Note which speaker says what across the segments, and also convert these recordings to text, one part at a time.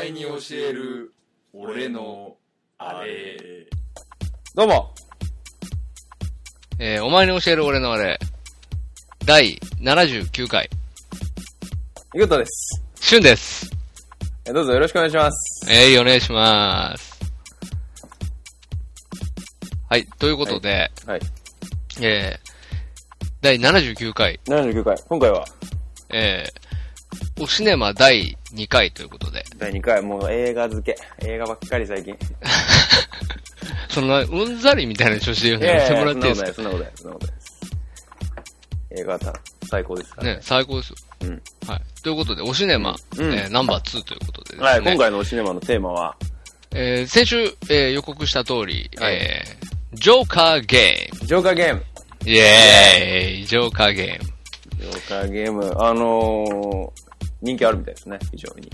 Speaker 1: える俺のあれ
Speaker 2: どうも
Speaker 3: えーお前に教える俺のあれ、第79回、
Speaker 2: ゆうとです。
Speaker 3: シュンです。
Speaker 2: えどうぞよろしくお願いします。
Speaker 3: えー、お願いします。はい、ということで、
Speaker 2: はい。
Speaker 3: えー第79回、
Speaker 2: 79回。今回は
Speaker 3: えー、おシネマ第2回ということで、
Speaker 2: 第2回、もう映画漬け。映画ばっかり最近。
Speaker 3: その、うんざりみたいな調子で言うのやめてもらっていいですか
Speaker 2: そんなことない、そんなことない、そんなことない。映画はた最高ですから
Speaker 3: ね、最高ですよ。
Speaker 2: うん
Speaker 3: はい。ということで、おシネマ、
Speaker 2: うん
Speaker 3: えーナンバー2ということでですね。
Speaker 2: はい、今回のおシネマのテーマは、
Speaker 3: えー先週、えー予告した通り、
Speaker 2: はい
Speaker 3: えージョーカーゲー
Speaker 2: ジョーカーゲーム。
Speaker 3: ム。イエーイジョーカーゲーム。
Speaker 2: ジョーカーゲーム、あのー、人気あるみたいですね、非常に。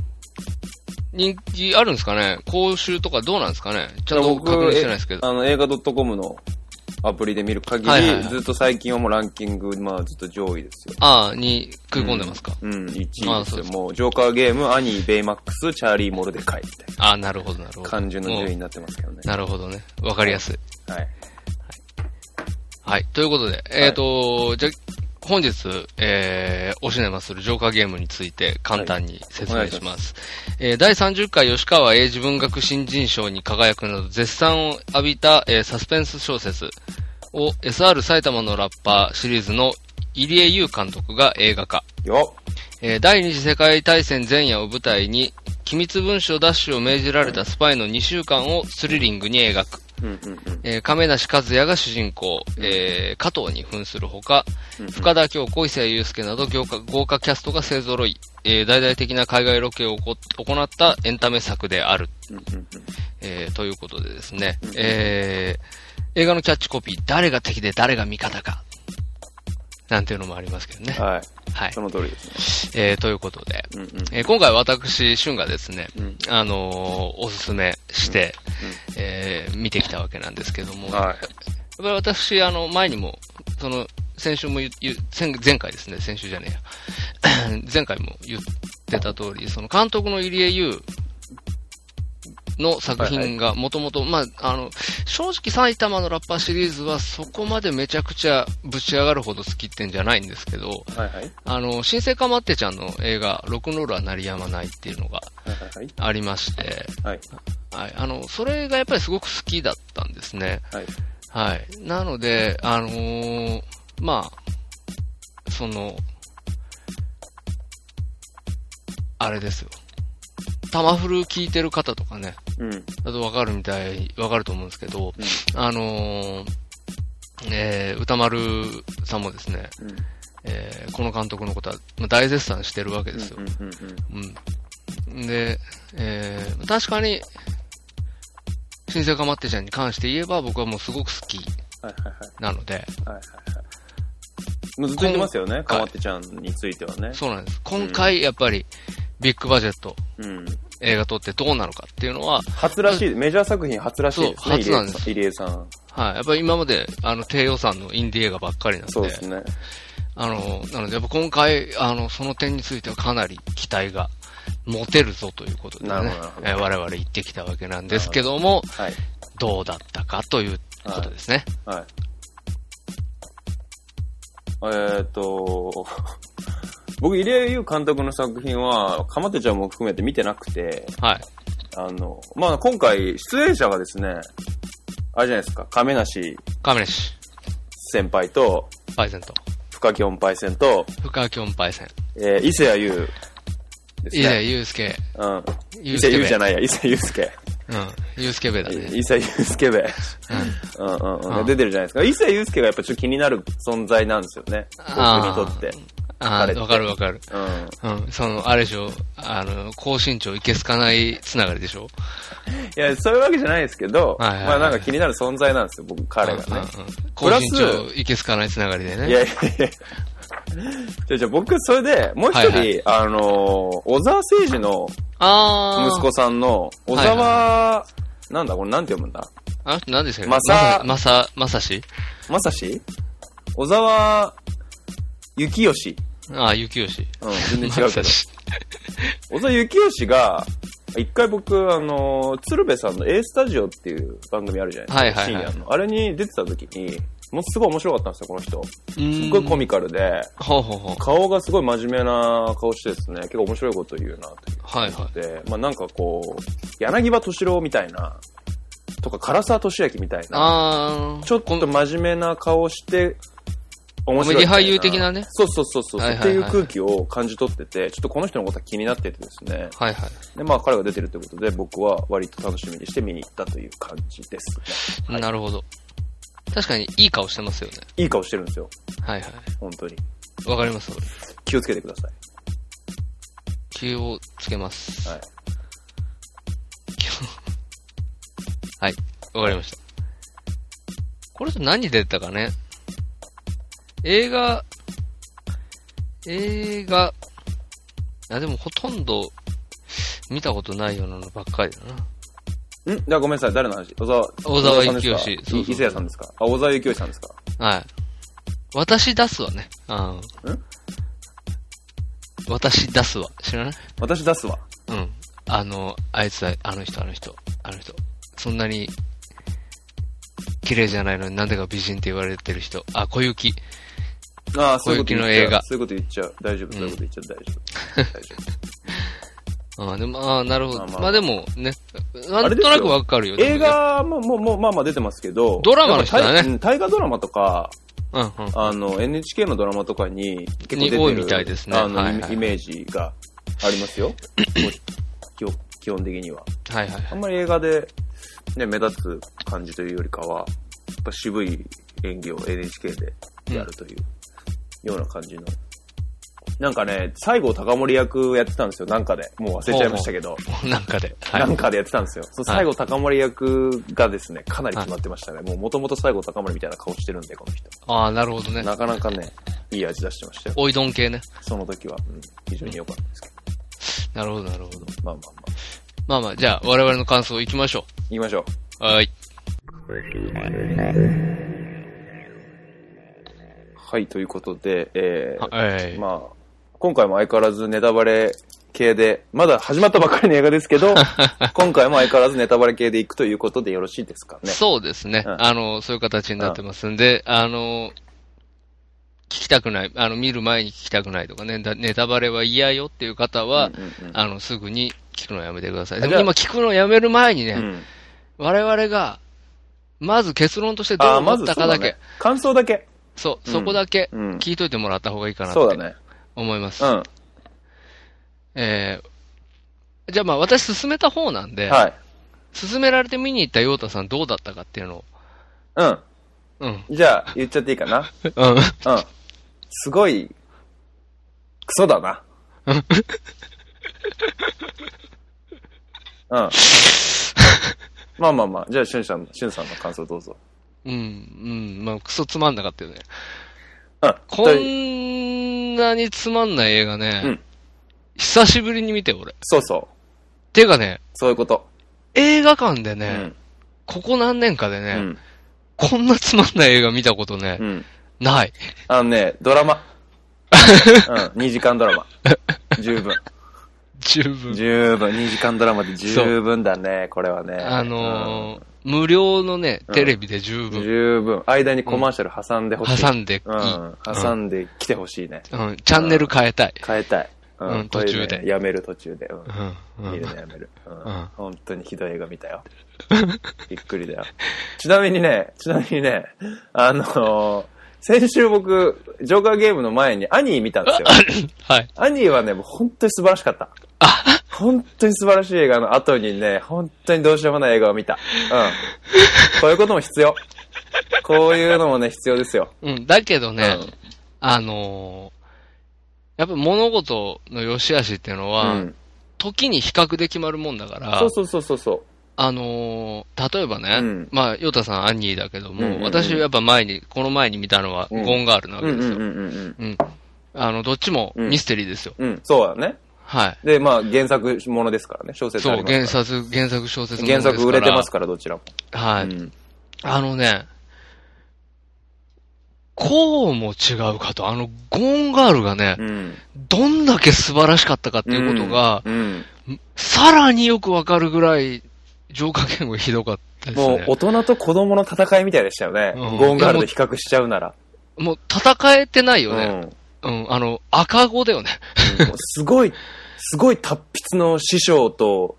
Speaker 3: 人気あるんですかね講習とかどうなんですかねちょっと確認してないですけ
Speaker 2: え
Speaker 3: ど。
Speaker 2: あの、映画 .com のアプリで見る限り、
Speaker 3: はいはいはい
Speaker 2: ずっと最近はもうランキング、まあずっと上位ですよ。
Speaker 3: ああ、に食い込んでますか、
Speaker 2: うん、1位ですよ
Speaker 3: あそうです
Speaker 2: もう、ジョーカーゲーム、アニー、ベイマックス、チャーリー・モルデカイみたいな
Speaker 3: ああ、なるほど、なるほど。
Speaker 2: 感じの順位
Speaker 3: うん
Speaker 2: になってますけどね。
Speaker 3: なるほどね。わかりやすい。
Speaker 2: はい。
Speaker 3: はい。ということで、えっ、と、じゃあ本日、えー、おしねまするジョーカーゲームについて簡単に説明します。えー、第30回吉川英治文学新人賞に輝くなど絶賛を浴びた、えーサスペンス小説を SR 埼玉のラッパーシリーズの入江優監督が映画化。
Speaker 2: よ
Speaker 3: えー第二次世界大戦前夜を舞台に、機密文書奪取を命じられたスパイの2週間をスリリングに描く。
Speaker 2: っうんうんうん。
Speaker 3: えー亀梨和也が主人公、えー加藤に扮するほか、深田恭子、伊勢谷友介など豪華豪華キャストが勢揃い、えー大々的な海外ロケを行行ったエンタメ作である、
Speaker 2: うんうん
Speaker 3: えーということでですね、えー映画のキャッチコピー、誰が敵で誰が味方か、なんていうのもありますけどね
Speaker 2: うん。。はい。
Speaker 3: はい
Speaker 2: そ。の通りですね。
Speaker 3: えーということで、
Speaker 2: うんうん。
Speaker 3: えー今回私、俊がですね、
Speaker 2: うん
Speaker 3: あのーおすすめして、
Speaker 2: うん
Speaker 3: えー見てきたわけなんですけども、やっ
Speaker 2: は
Speaker 3: ぱり私、あの、前にも、その、先週も言う言う、先前回ですね、先週じゃねえや、 前回も言ってた通り、その監督の入江優の作品がもともと、まあ、あの、正直埼玉のラッパーシリーズはそこまでめちゃくちゃぶち上がるほど好きってんじゃないんですけど、
Speaker 2: い。はいはい。はい
Speaker 3: あの、新生かまってちゃんの映画、ロックンロールは鳴りやまないっていうのが
Speaker 2: はいはい。
Speaker 3: ありまして、
Speaker 2: はい。
Speaker 3: はい、あの、それがやっぱりすごく好きだったんですね。
Speaker 2: はい。
Speaker 3: はい。なので、あのーまあ、その、あれですよ。タマフル聞いてる方とかね、
Speaker 2: うん。
Speaker 3: だとわかるみたい、わかると思うんですけど、
Speaker 2: う
Speaker 3: あのーえー歌丸さんもですね、
Speaker 2: うん。
Speaker 3: えーこの監督のことはまあ大絶賛してるわけですよ
Speaker 2: うん。うんうん。
Speaker 3: うん。で、えー確かに、新生かまってちゃんに関して言えば僕はもうすごく好き
Speaker 2: はいはいはい。
Speaker 3: なので、
Speaker 2: はいはいはい。もうずっと言ってますよね、かまってちゃんについてはね。
Speaker 3: そうなんです。今回やっぱりビッグバジェット
Speaker 2: うん。
Speaker 3: 映画撮ってどうなのかっていうのは、
Speaker 2: 初らしい、メジャー作品初らしいですね、
Speaker 3: そう初なんです
Speaker 2: 入江さん。入江さん
Speaker 3: はい、やっぱり今まであの低予算のインディ映画ばっかりなんで、
Speaker 2: そうですね。
Speaker 3: あの、なのでやっぱ今回、あの、その点についてはかなり期待が持てるぞということでね
Speaker 2: なるほどなるほ、ど
Speaker 3: えー我々言ってきたわけなんですけども、
Speaker 2: はい。
Speaker 3: どうだったかということですね。
Speaker 2: はい。えーっと、 僕、入江優監督の作品は、かまってちゃんも含めて見てなくて、
Speaker 3: はい。
Speaker 2: あの、まあ今回、出演者がですね、あれじゃないですか、亀梨
Speaker 3: 亀梨、
Speaker 2: 先輩と、
Speaker 3: パイセント。
Speaker 2: 深木音パイセンと、
Speaker 3: 深川キョンパイセン。
Speaker 2: えー、伊勢谷優です
Speaker 3: いや、
Speaker 2: ね。
Speaker 3: ゆうすけ。
Speaker 2: うん。
Speaker 3: ゆ
Speaker 2: 伊
Speaker 3: うす
Speaker 2: 勢
Speaker 3: け
Speaker 2: 優じゃ
Speaker 3: べ。
Speaker 2: ないや、伊勢優介。
Speaker 3: うん。ゆうすけべだね。
Speaker 2: 伊勢祐介べ。うんうん
Speaker 3: う
Speaker 2: うんん。出てるじゃないですか。伊勢祐介がやっぱちょっと気になる存在なんですよね。
Speaker 3: あー
Speaker 2: 僕にとって。
Speaker 3: あ
Speaker 2: 彼っ
Speaker 3: あ、
Speaker 2: て
Speaker 3: わかるわかる。
Speaker 2: うん。
Speaker 3: うん。その、あれでしょ、あの、高身長いけすかないつながりでしょ
Speaker 2: いや、そういうわけじゃないですけど、
Speaker 3: はいはいはい
Speaker 2: まあなんか気になる存在なんですよ、僕、彼がね。
Speaker 3: うんうんうん
Speaker 2: プ
Speaker 3: 高
Speaker 2: ラ
Speaker 3: 身
Speaker 2: ス
Speaker 3: 長いけすかないつながりで
Speaker 2: いや
Speaker 3: ね。
Speaker 2: いやいや。じゃあじゃあ僕、それで、もう一人、
Speaker 3: はいはい
Speaker 2: あのー小沢誠二の
Speaker 3: ああ。
Speaker 2: 息子さんの、小沢、
Speaker 3: はい
Speaker 2: なんだ、これなんて読むんだ
Speaker 3: あの人何でしたっけ
Speaker 2: まさ
Speaker 3: まさ、まさし
Speaker 2: まさし小沢、幸吉。
Speaker 3: ああ、ゆきよし。
Speaker 2: うん、全然違うけ
Speaker 3: まさ
Speaker 2: ど。
Speaker 3: し
Speaker 2: 小沢幸義が、一回僕、あの、鶴瓶さんの A スタジオっていう番組あるじゃないですか。
Speaker 3: はいはいは
Speaker 2: 深
Speaker 3: い
Speaker 2: 夜の。あれに出てた時に、もうすごい面白かったんですよ、この人。す
Speaker 3: すっ
Speaker 2: っごいコミカルで、
Speaker 3: ほうほうほう。
Speaker 2: 顔がすごい真面目な顔してですね、結構面白いこと言うなと
Speaker 3: はいはい。
Speaker 2: 思って、まあなんかこう、柳葉敏郎みたいな、とか唐沢俊明みたいな、
Speaker 3: あー。
Speaker 2: ちょっと真面目な顔して、面白いみたいな。
Speaker 3: コメディ俳優的なね
Speaker 2: そうそうそうそう、
Speaker 3: はいはいはい
Speaker 2: っていう空気を感じ取ってて、ちょっとこの人のことは気になっててですね。
Speaker 3: はいはい。
Speaker 2: で、まあ彼が出てるということで、僕は割と楽しみにして見に行ったという感じですね。
Speaker 3: なるほど。確かにいい顔してますよね。
Speaker 2: いい顔してるんですよ、
Speaker 3: はいは
Speaker 2: 本当に。
Speaker 3: い。わかります、俺。
Speaker 2: 気をつけてください。
Speaker 3: 気をつけます。
Speaker 2: はい。
Speaker 3: 気を はい。わかりました。これと何出てたかね映画、映画、いやでもほとんど見たことないようなのばっかりだな。
Speaker 2: んじゃあごめんなさい、誰の話小沢。
Speaker 3: 小沢
Speaker 2: さんですか
Speaker 3: 幸義そうそう
Speaker 2: い伊勢谷さんですかあ、小沢幸義さんですか
Speaker 3: はい。私出すわね。うん。
Speaker 2: ん
Speaker 3: 私出すわ。知らない
Speaker 2: 私出すわ。
Speaker 3: うん。あの、あいつだ、あの人、あの人、あの人。そんなに、綺麗じゃないのになんでか美人って言われてる人。あ、小雪。
Speaker 2: ああ、そういうこと言っち
Speaker 3: 小雪の映
Speaker 2: ゃ
Speaker 3: 画
Speaker 2: う。そういうこと言っちゃう。大丈夫、そういうこと言っちゃう。 大丈夫。大丈
Speaker 3: あでも、あなるほど。
Speaker 2: ま
Speaker 3: ま
Speaker 2: あ
Speaker 3: あ、
Speaker 2: まあ
Speaker 3: でも、ね。な
Speaker 2: あ
Speaker 3: ん
Speaker 2: れです
Speaker 3: と
Speaker 2: よ
Speaker 3: なくわかるよ。
Speaker 2: 夫。映画も、もう、もう、まあまあ出てますけど。
Speaker 3: ドラマの人だね
Speaker 2: やっぱ大うん大河ドラマとか、
Speaker 3: でもねうんうん。
Speaker 2: あの、NHK のドラマとかに結構出て
Speaker 3: に
Speaker 2: る
Speaker 3: 多いみたいですね
Speaker 2: あの、
Speaker 3: はいはい
Speaker 2: イメージがあり ますよ。もう基本基本的には。
Speaker 3: はいはいは
Speaker 2: あ
Speaker 3: い
Speaker 2: ん。まり映画で、ね、目立つ感じというよりかは、やっぱ渋い演技を NHK でやるという、ような感じの。なんかね、西郷隆盛役やってたんですよ、なんかで。もう忘れちゃいましたけど。
Speaker 3: なんかで。はい。
Speaker 2: な んかでやってたんですよ。その
Speaker 3: はい
Speaker 2: 西郷隆盛役がですね、かなり決まってましたね。もう元々西郷隆盛みたいな顔してるんで、この人。
Speaker 3: ああ、なるほどね。
Speaker 2: なかなかね、いい味出してましたよ。
Speaker 3: おいどん系ね。
Speaker 2: その時は、うん、非常に良かったですけど。
Speaker 3: なるほど、なるほど。
Speaker 2: まあまあまあ。
Speaker 3: まあまあ、じゃあ、我々の感想行きましょ
Speaker 2: 行きましょう。
Speaker 3: う。はい。
Speaker 2: はい、ということで、えー、
Speaker 3: はい。
Speaker 2: まあ、今回も相変わらずネタバレ系で、まだ始まったばかりの映画ですけ ど、今回も相変わらずネタバレ系でいくということでよろしいですかね。
Speaker 3: そうですね、
Speaker 2: うん
Speaker 3: あの、そういう形になってますんで、あの、聞きたくない、あの、見る前に聞きたくないとかね、だネタバレは嫌よっていう方は、
Speaker 2: うんうんうん
Speaker 3: あの、すぐに聞くのやめてください。
Speaker 2: あ
Speaker 3: で
Speaker 2: じゃ
Speaker 3: も
Speaker 2: あ
Speaker 3: 今聞くのやめる前にね、
Speaker 2: うん
Speaker 3: 我々が、まず結論としてどう
Speaker 2: あー
Speaker 3: 思
Speaker 2: ま
Speaker 3: っ
Speaker 2: ず
Speaker 3: た
Speaker 2: そ
Speaker 3: か
Speaker 2: うだ
Speaker 3: だけ
Speaker 2: ね、。感想だけ。
Speaker 3: そう
Speaker 2: うん
Speaker 3: そこだけ
Speaker 2: うん
Speaker 3: 聞いといてもらった方がいいかな
Speaker 2: そうだ
Speaker 3: って
Speaker 2: ね。
Speaker 3: 思います。
Speaker 2: うん。
Speaker 3: えーじゃあまあ私進めた方なんで、
Speaker 2: はい。
Speaker 3: 進められて見に行った陽太さんどうだったかっていうのを、
Speaker 2: うん。
Speaker 3: うん、
Speaker 2: じゃあ、言っちゃっていいかな。
Speaker 3: うん、
Speaker 2: うん。すごい、クソだ な。うん。まあまあまあ、じゃあ、しゅんさん、しゅんさんの感想どうぞ。
Speaker 3: うん、うん、まあ、クソつまんなかったよね。
Speaker 2: うん。
Speaker 3: こんなにつまんない映画ね、
Speaker 2: うん
Speaker 3: 久しぶりに見て、俺。
Speaker 2: そうそう。
Speaker 3: てかね、
Speaker 2: そういうこと。
Speaker 3: 映画館でね、
Speaker 2: うん。
Speaker 3: ここ何年かで
Speaker 2: う
Speaker 3: ね、
Speaker 2: ん。
Speaker 3: こんなつまんない映画見たことね、
Speaker 2: うん。
Speaker 3: ない。
Speaker 2: あのね、ドラ マ。うん。2時間ドラマ。十分。
Speaker 3: 十分。
Speaker 2: 十分。2時間ドラマで十分だね、これはね。
Speaker 3: あのー無料のね、テレビで十
Speaker 2: うん
Speaker 3: 分
Speaker 2: 十分。間にコマーシャル挟んでほしい。
Speaker 3: 挟んでいい。
Speaker 2: うん。挟んできてほしいね。
Speaker 3: うん、チャンネル変えたい。
Speaker 2: 変えたい。
Speaker 3: うん途中で
Speaker 2: これねやめる途中で。
Speaker 3: う、
Speaker 2: うん
Speaker 3: う
Speaker 2: ん。
Speaker 3: ん
Speaker 2: 見るのやめる。うん
Speaker 3: うん。
Speaker 2: 本当にひどい映画見たよ。びっくりだよ。ちなみにね、ちなみにね、あのー先週僕、ジョーカーゲームの前にアニー見たんですよ。
Speaker 3: はい。
Speaker 2: アニーはね、もう本当に素晴らしかった。本当に素晴らしい映画の後にね、本当にどうしようもない映画を見た。うん。こういうことも必要。こういうのもね、必要ですよ。
Speaker 3: うん、だけどね、
Speaker 2: うん
Speaker 3: あのーやっぱ物事の良し悪しっていう
Speaker 2: う
Speaker 3: のは、
Speaker 2: ん。
Speaker 3: 時に比較で決まるもんだから、
Speaker 2: そうそうそうそうそう。
Speaker 3: あのー例えばね、
Speaker 2: うん
Speaker 3: まあ、ヨタさん、アンニーだけども、
Speaker 2: うんうんうん
Speaker 3: 私、やっぱ前に、この前に見たのは、
Speaker 2: うん
Speaker 3: ゴンガールなわ
Speaker 2: う
Speaker 3: け
Speaker 2: ん
Speaker 3: で
Speaker 2: う
Speaker 3: す
Speaker 2: ん
Speaker 3: よ。
Speaker 2: うんうん
Speaker 3: うんあの、どっちも
Speaker 2: うん
Speaker 3: ミステリーですよ。
Speaker 2: うん。うん、そうだね。
Speaker 3: はい。
Speaker 2: で、まあ、原作ものですからね、小説あ
Speaker 3: そ
Speaker 2: り
Speaker 3: う、
Speaker 2: ますから
Speaker 3: 原作、原作小説も
Speaker 2: 原
Speaker 3: のです
Speaker 2: 作
Speaker 3: か
Speaker 2: 売
Speaker 3: ら
Speaker 2: れてますから、どちらも。
Speaker 3: はい、
Speaker 2: うん
Speaker 3: あのね、こうも違うかと、あの、ゴンガールがね、
Speaker 2: うん。
Speaker 3: どんだけ素晴らしかったかっていうことが、
Speaker 2: うん。
Speaker 3: さらによくわかるぐらい、浄化ゲームひどかったです
Speaker 2: も
Speaker 3: ね
Speaker 2: う。大人と子供の戦いみたいでしたよね。
Speaker 3: うん
Speaker 2: ゴーンガールで比較しちゃうなら。
Speaker 3: もう戦えてないうよ
Speaker 2: ん。
Speaker 3: ね。うん、あの、赤子だよね。
Speaker 2: もうすごい、すごい達筆の師匠と